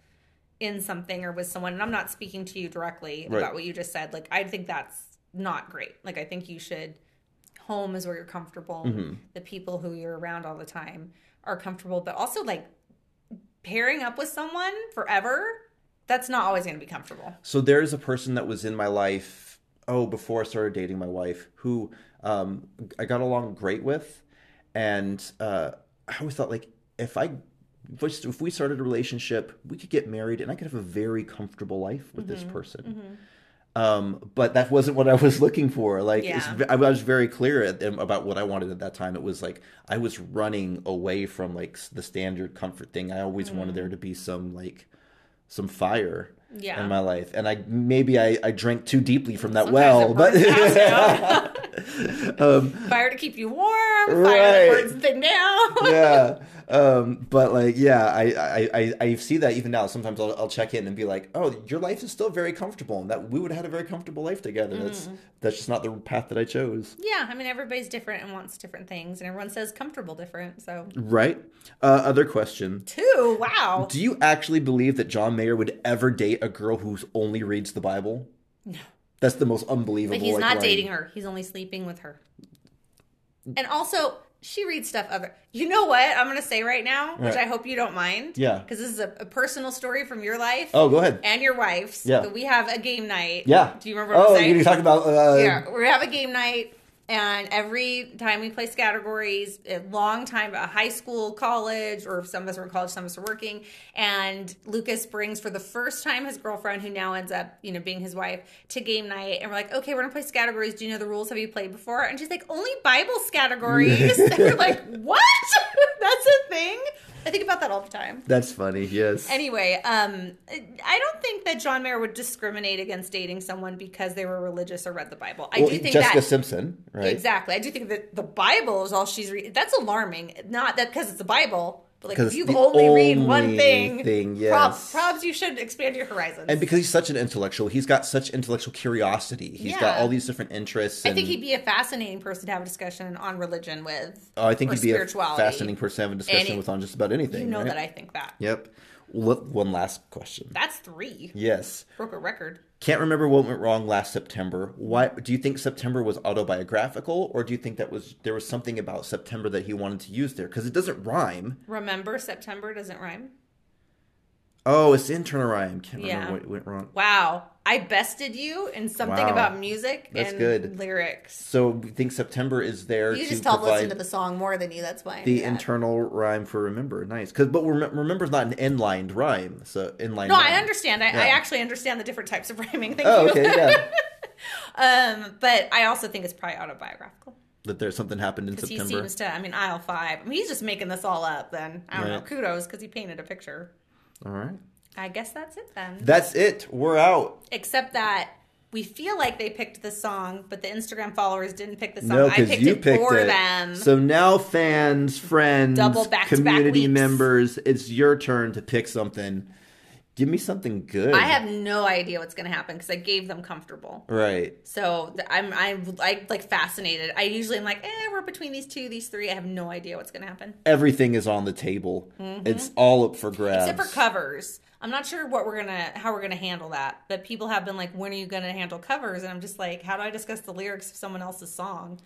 Speaker 1: in something or with someone, and I'm not speaking to you directly
Speaker 2: Right.
Speaker 1: about what you just said, like I think that's not great. Like I think you should home is where you're comfortable.
Speaker 2: Mm-hmm.
Speaker 1: The people who you're around all the time are comfortable, but also like pairing up with someone forever, that's not always gonna be comfortable.
Speaker 2: So there is a person that was in my life, oh, before I started dating my wife, who um, I got along great with, and uh, I always thought like if I if we started a relationship, we could get married, and I could have a very comfortable life with this person. Um, but that wasn't what I was looking for. Like, it's,
Speaker 1: Yeah.
Speaker 2: I was very clear at, about what I wanted at that time. It was like I was running away from like s- the standard comfort thing. I always wanted there to be some like some fire
Speaker 1: Yeah.
Speaker 2: in my life, and I maybe I, I drank too deeply from that
Speaker 1: Sometimes it
Speaker 2: Uh, well, but Um,
Speaker 1: burns out, you know?
Speaker 2: (laughs)
Speaker 1: fire to keep you warm. Fire
Speaker 2: Right.
Speaker 1: that burns the thing down.
Speaker 2: (laughs)
Speaker 1: (laughs)
Speaker 2: yeah. Um, but like, yeah, I, I, I, I see that even now. Sometimes I'll, I'll check in and be like, oh, your life is still very comfortable, and that we would have had a very comfortable life together.
Speaker 1: Mm-hmm.
Speaker 2: That's that's just not the path that I chose.
Speaker 1: Yeah, I mean everybody's different and wants different things, and everyone says comfortable different. So
Speaker 2: Right. Uh, other question:
Speaker 1: two, wow,
Speaker 2: Do you actually believe that John Mayer would ever date a girl who only reads the Bible?
Speaker 1: No.
Speaker 2: That's the most unbelievable.
Speaker 1: but he's
Speaker 2: like,
Speaker 1: not
Speaker 2: line.
Speaker 1: dating her. He's only sleeping with her. And also, she reads stuff other. You know what I'm gonna say right now, which
Speaker 2: Right.
Speaker 1: I hope you don't mind.
Speaker 2: Yeah.
Speaker 1: because this is a, a personal story from your life
Speaker 2: Oh, go ahead.
Speaker 1: and your wife's.
Speaker 2: Yeah.
Speaker 1: but we have a game night.
Speaker 2: Yeah.
Speaker 1: Do you remember what
Speaker 2: oh,
Speaker 1: I'm saying?
Speaker 2: you talk about uh,
Speaker 1: yeah, we have a game night, and every time we play categories, a long time, a high school, college, or some of us were in college, some of us were working, and Lucas brings for the first time his girlfriend, who now ends up, you know, being his wife, to game night, and we're like, okay, we're gonna play categories. Do you know the rules? Have you played before? And she's like, only Bible categories. (laughs) and we're like, what? (laughs) That's a thing. I think about that all the time.
Speaker 2: That's funny. Yes.
Speaker 1: Anyway, um, I don't think that John Mayer would discriminate against dating someone because they were religious or read the Bible. I
Speaker 2: well,
Speaker 1: do think
Speaker 2: Jessica
Speaker 1: that
Speaker 2: Simpson, right?
Speaker 1: exactly. I do think that the Bible is all she's reading. That's alarming. Not that because it's the Bible, but like
Speaker 2: 'Cause
Speaker 1: if you
Speaker 2: it's the
Speaker 1: only read one
Speaker 2: only
Speaker 1: thing,
Speaker 2: thing, yes.
Speaker 1: props, props, you should expand your horizons.
Speaker 2: And because he's such an intellectual, he's got such intellectual curiosity. He's got
Speaker 1: Yeah.
Speaker 2: all these different interests.
Speaker 1: I
Speaker 2: And,
Speaker 1: think he'd be a fascinating person to have a discussion on religion with.
Speaker 2: oh, I think
Speaker 1: or
Speaker 2: he'd be a
Speaker 1: spirituality.
Speaker 2: fascinating person to have a discussion
Speaker 1: Any-
Speaker 2: with on just about anything.
Speaker 1: You know
Speaker 2: right?
Speaker 1: that I think that.
Speaker 2: Yep. Well, let- one last question.
Speaker 1: That's three.
Speaker 2: Yes.
Speaker 1: Broke a record.
Speaker 2: Can't remember what went wrong last September. Why do you think September was autobiographical, or do you think that was there was something about September that he wanted to use there? Because it doesn't rhyme.
Speaker 1: Remember, September doesn't rhyme.
Speaker 2: Oh, it's internal rhyme. Can't
Speaker 1: Yeah.
Speaker 2: remember what went wrong.
Speaker 1: Wow. I bested you in something
Speaker 2: Wow.
Speaker 1: about music
Speaker 2: That's
Speaker 1: and
Speaker 2: good.
Speaker 1: lyrics.
Speaker 2: So we think September is there
Speaker 1: You
Speaker 2: to
Speaker 1: just tell
Speaker 2: provide
Speaker 1: listen to the song more than you. That's why. I
Speaker 2: the
Speaker 1: knew that.
Speaker 2: internal rhyme for remember. Nice, because but remem- remember is not an inlined rhyme. So inline.
Speaker 1: No, I
Speaker 2: rhyme.
Speaker 1: understand. I, I
Speaker 2: Yeah.
Speaker 1: actually understand the different types of (laughs) rhyming. Thank
Speaker 2: Oh,
Speaker 1: you.
Speaker 2: okay,
Speaker 1: (laughs)
Speaker 2: yeah.
Speaker 1: um, but I also think it's probably autobiographical
Speaker 2: that there's something happened in
Speaker 1: because he
Speaker 2: September.
Speaker 1: seems to. I mean, aisle five. I mean, he's just making this all up. Then I don't know.
Speaker 2: Right.
Speaker 1: Kudos because he painted a picture.
Speaker 2: All right,
Speaker 1: I guess that's it then.
Speaker 2: that's it. We're out.
Speaker 1: Except that we feel like they picked the song, but the Instagram followers didn't pick the song.
Speaker 2: No,
Speaker 1: I
Speaker 2: because
Speaker 1: picked
Speaker 2: you
Speaker 1: it
Speaker 2: picked
Speaker 1: for
Speaker 2: it.
Speaker 1: them.
Speaker 2: So now, fans, friends,
Speaker 1: Double back-to-back
Speaker 2: community
Speaker 1: weeks.
Speaker 2: members, it's your turn to pick something. Give me something good.
Speaker 1: I have no idea what's going to happen because I gave them comfortable.
Speaker 2: right.
Speaker 1: So th- I'm I'm I, like fascinated. I usually am like, eh, we're between these two, these three. I have no idea what's going to happen
Speaker 2: Everything is on the table. It's all up for grabs.
Speaker 1: Mm-hmm. except for covers. I'm not sure what we're gonna how we're gonna handle that. But people have been like, when are you gonna handle covers? And I'm just like, how do I discuss the lyrics of someone else's song?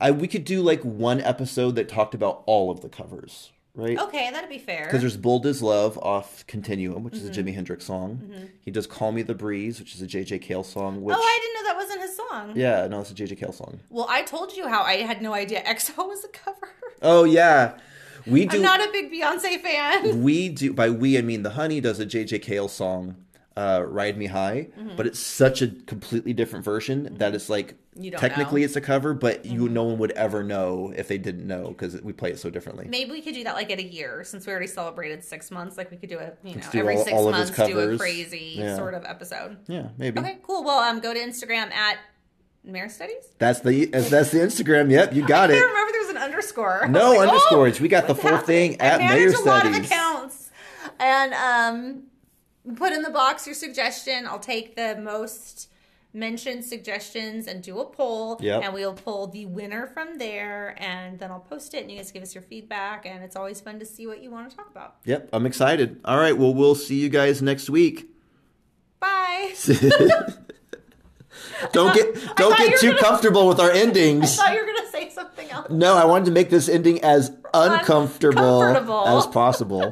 Speaker 2: I we could do like one episode that talked about all of the covers, right?
Speaker 1: Okay, that'd be fair.
Speaker 2: Because there's Bold as Love off Continuum, which is a
Speaker 1: Mm-hmm.
Speaker 2: Jimi Hendrix song. He does Call Me the Breeze, which is a J.J. Cale song. Which,
Speaker 1: oh, I didn't know that wasn't his song.
Speaker 2: Yeah, no, it's a J.J. Cale song.
Speaker 1: Well, I told you how I had no idea EXO was a cover.
Speaker 2: Oh, yeah. We do.
Speaker 1: I'm not a big Beyonce fan.
Speaker 2: we do. By we, I mean The Honey does a J.J. Cale song, uh, Ride Me High,
Speaker 1: Mm-hmm.
Speaker 2: but it's such a completely different version that it's like.
Speaker 1: You don't
Speaker 2: technically,
Speaker 1: know. Mm-hmm.
Speaker 2: it's a cover, but you no one would ever know if they didn't know because we play it so differently.
Speaker 1: Maybe we could do that like at a year since we already celebrated six months. Like we could do a you know
Speaker 2: do
Speaker 1: every
Speaker 2: all-
Speaker 1: six
Speaker 2: all of his
Speaker 1: months do a
Speaker 2: covers.
Speaker 1: crazy
Speaker 2: Yeah.
Speaker 1: sort of episode.
Speaker 2: Yeah, maybe.
Speaker 1: Okay, cool. Well, um, go to Instagram at Mare Studies.
Speaker 2: That's the that's the Instagram. Yep, you got
Speaker 1: I
Speaker 2: it.
Speaker 1: remember there was an underscore. I
Speaker 2: No
Speaker 1: was like, oh,
Speaker 2: underscores. we got the full
Speaker 1: what's
Speaker 2: thing
Speaker 1: happening?
Speaker 2: at
Speaker 1: I
Speaker 2: Mayor
Speaker 1: manage a lot
Speaker 2: Studies.
Speaker 1: of accounts, and um, put in the box your suggestion. I'll take the most mentioned suggestions and do a poll,
Speaker 2: Yep.
Speaker 1: and we'll pull the winner from there, and then I'll post it, and you guys give us your feedback, and it's always fun to see what you want to talk about.
Speaker 2: Yep, I'm excited. All right, well, we'll see you guys next week. (laughs)
Speaker 1: Bye.
Speaker 2: don't
Speaker 1: (laughs)
Speaker 2: get don't
Speaker 1: thought you
Speaker 2: get
Speaker 1: were
Speaker 2: too
Speaker 1: gonna-
Speaker 2: comfortable with
Speaker 1: (laughs)
Speaker 2: our endings.
Speaker 1: Thought you were gonna say something else.
Speaker 2: No, I wanted to make this ending as uncomfortable
Speaker 1: Uncomfortable.
Speaker 2: as possible.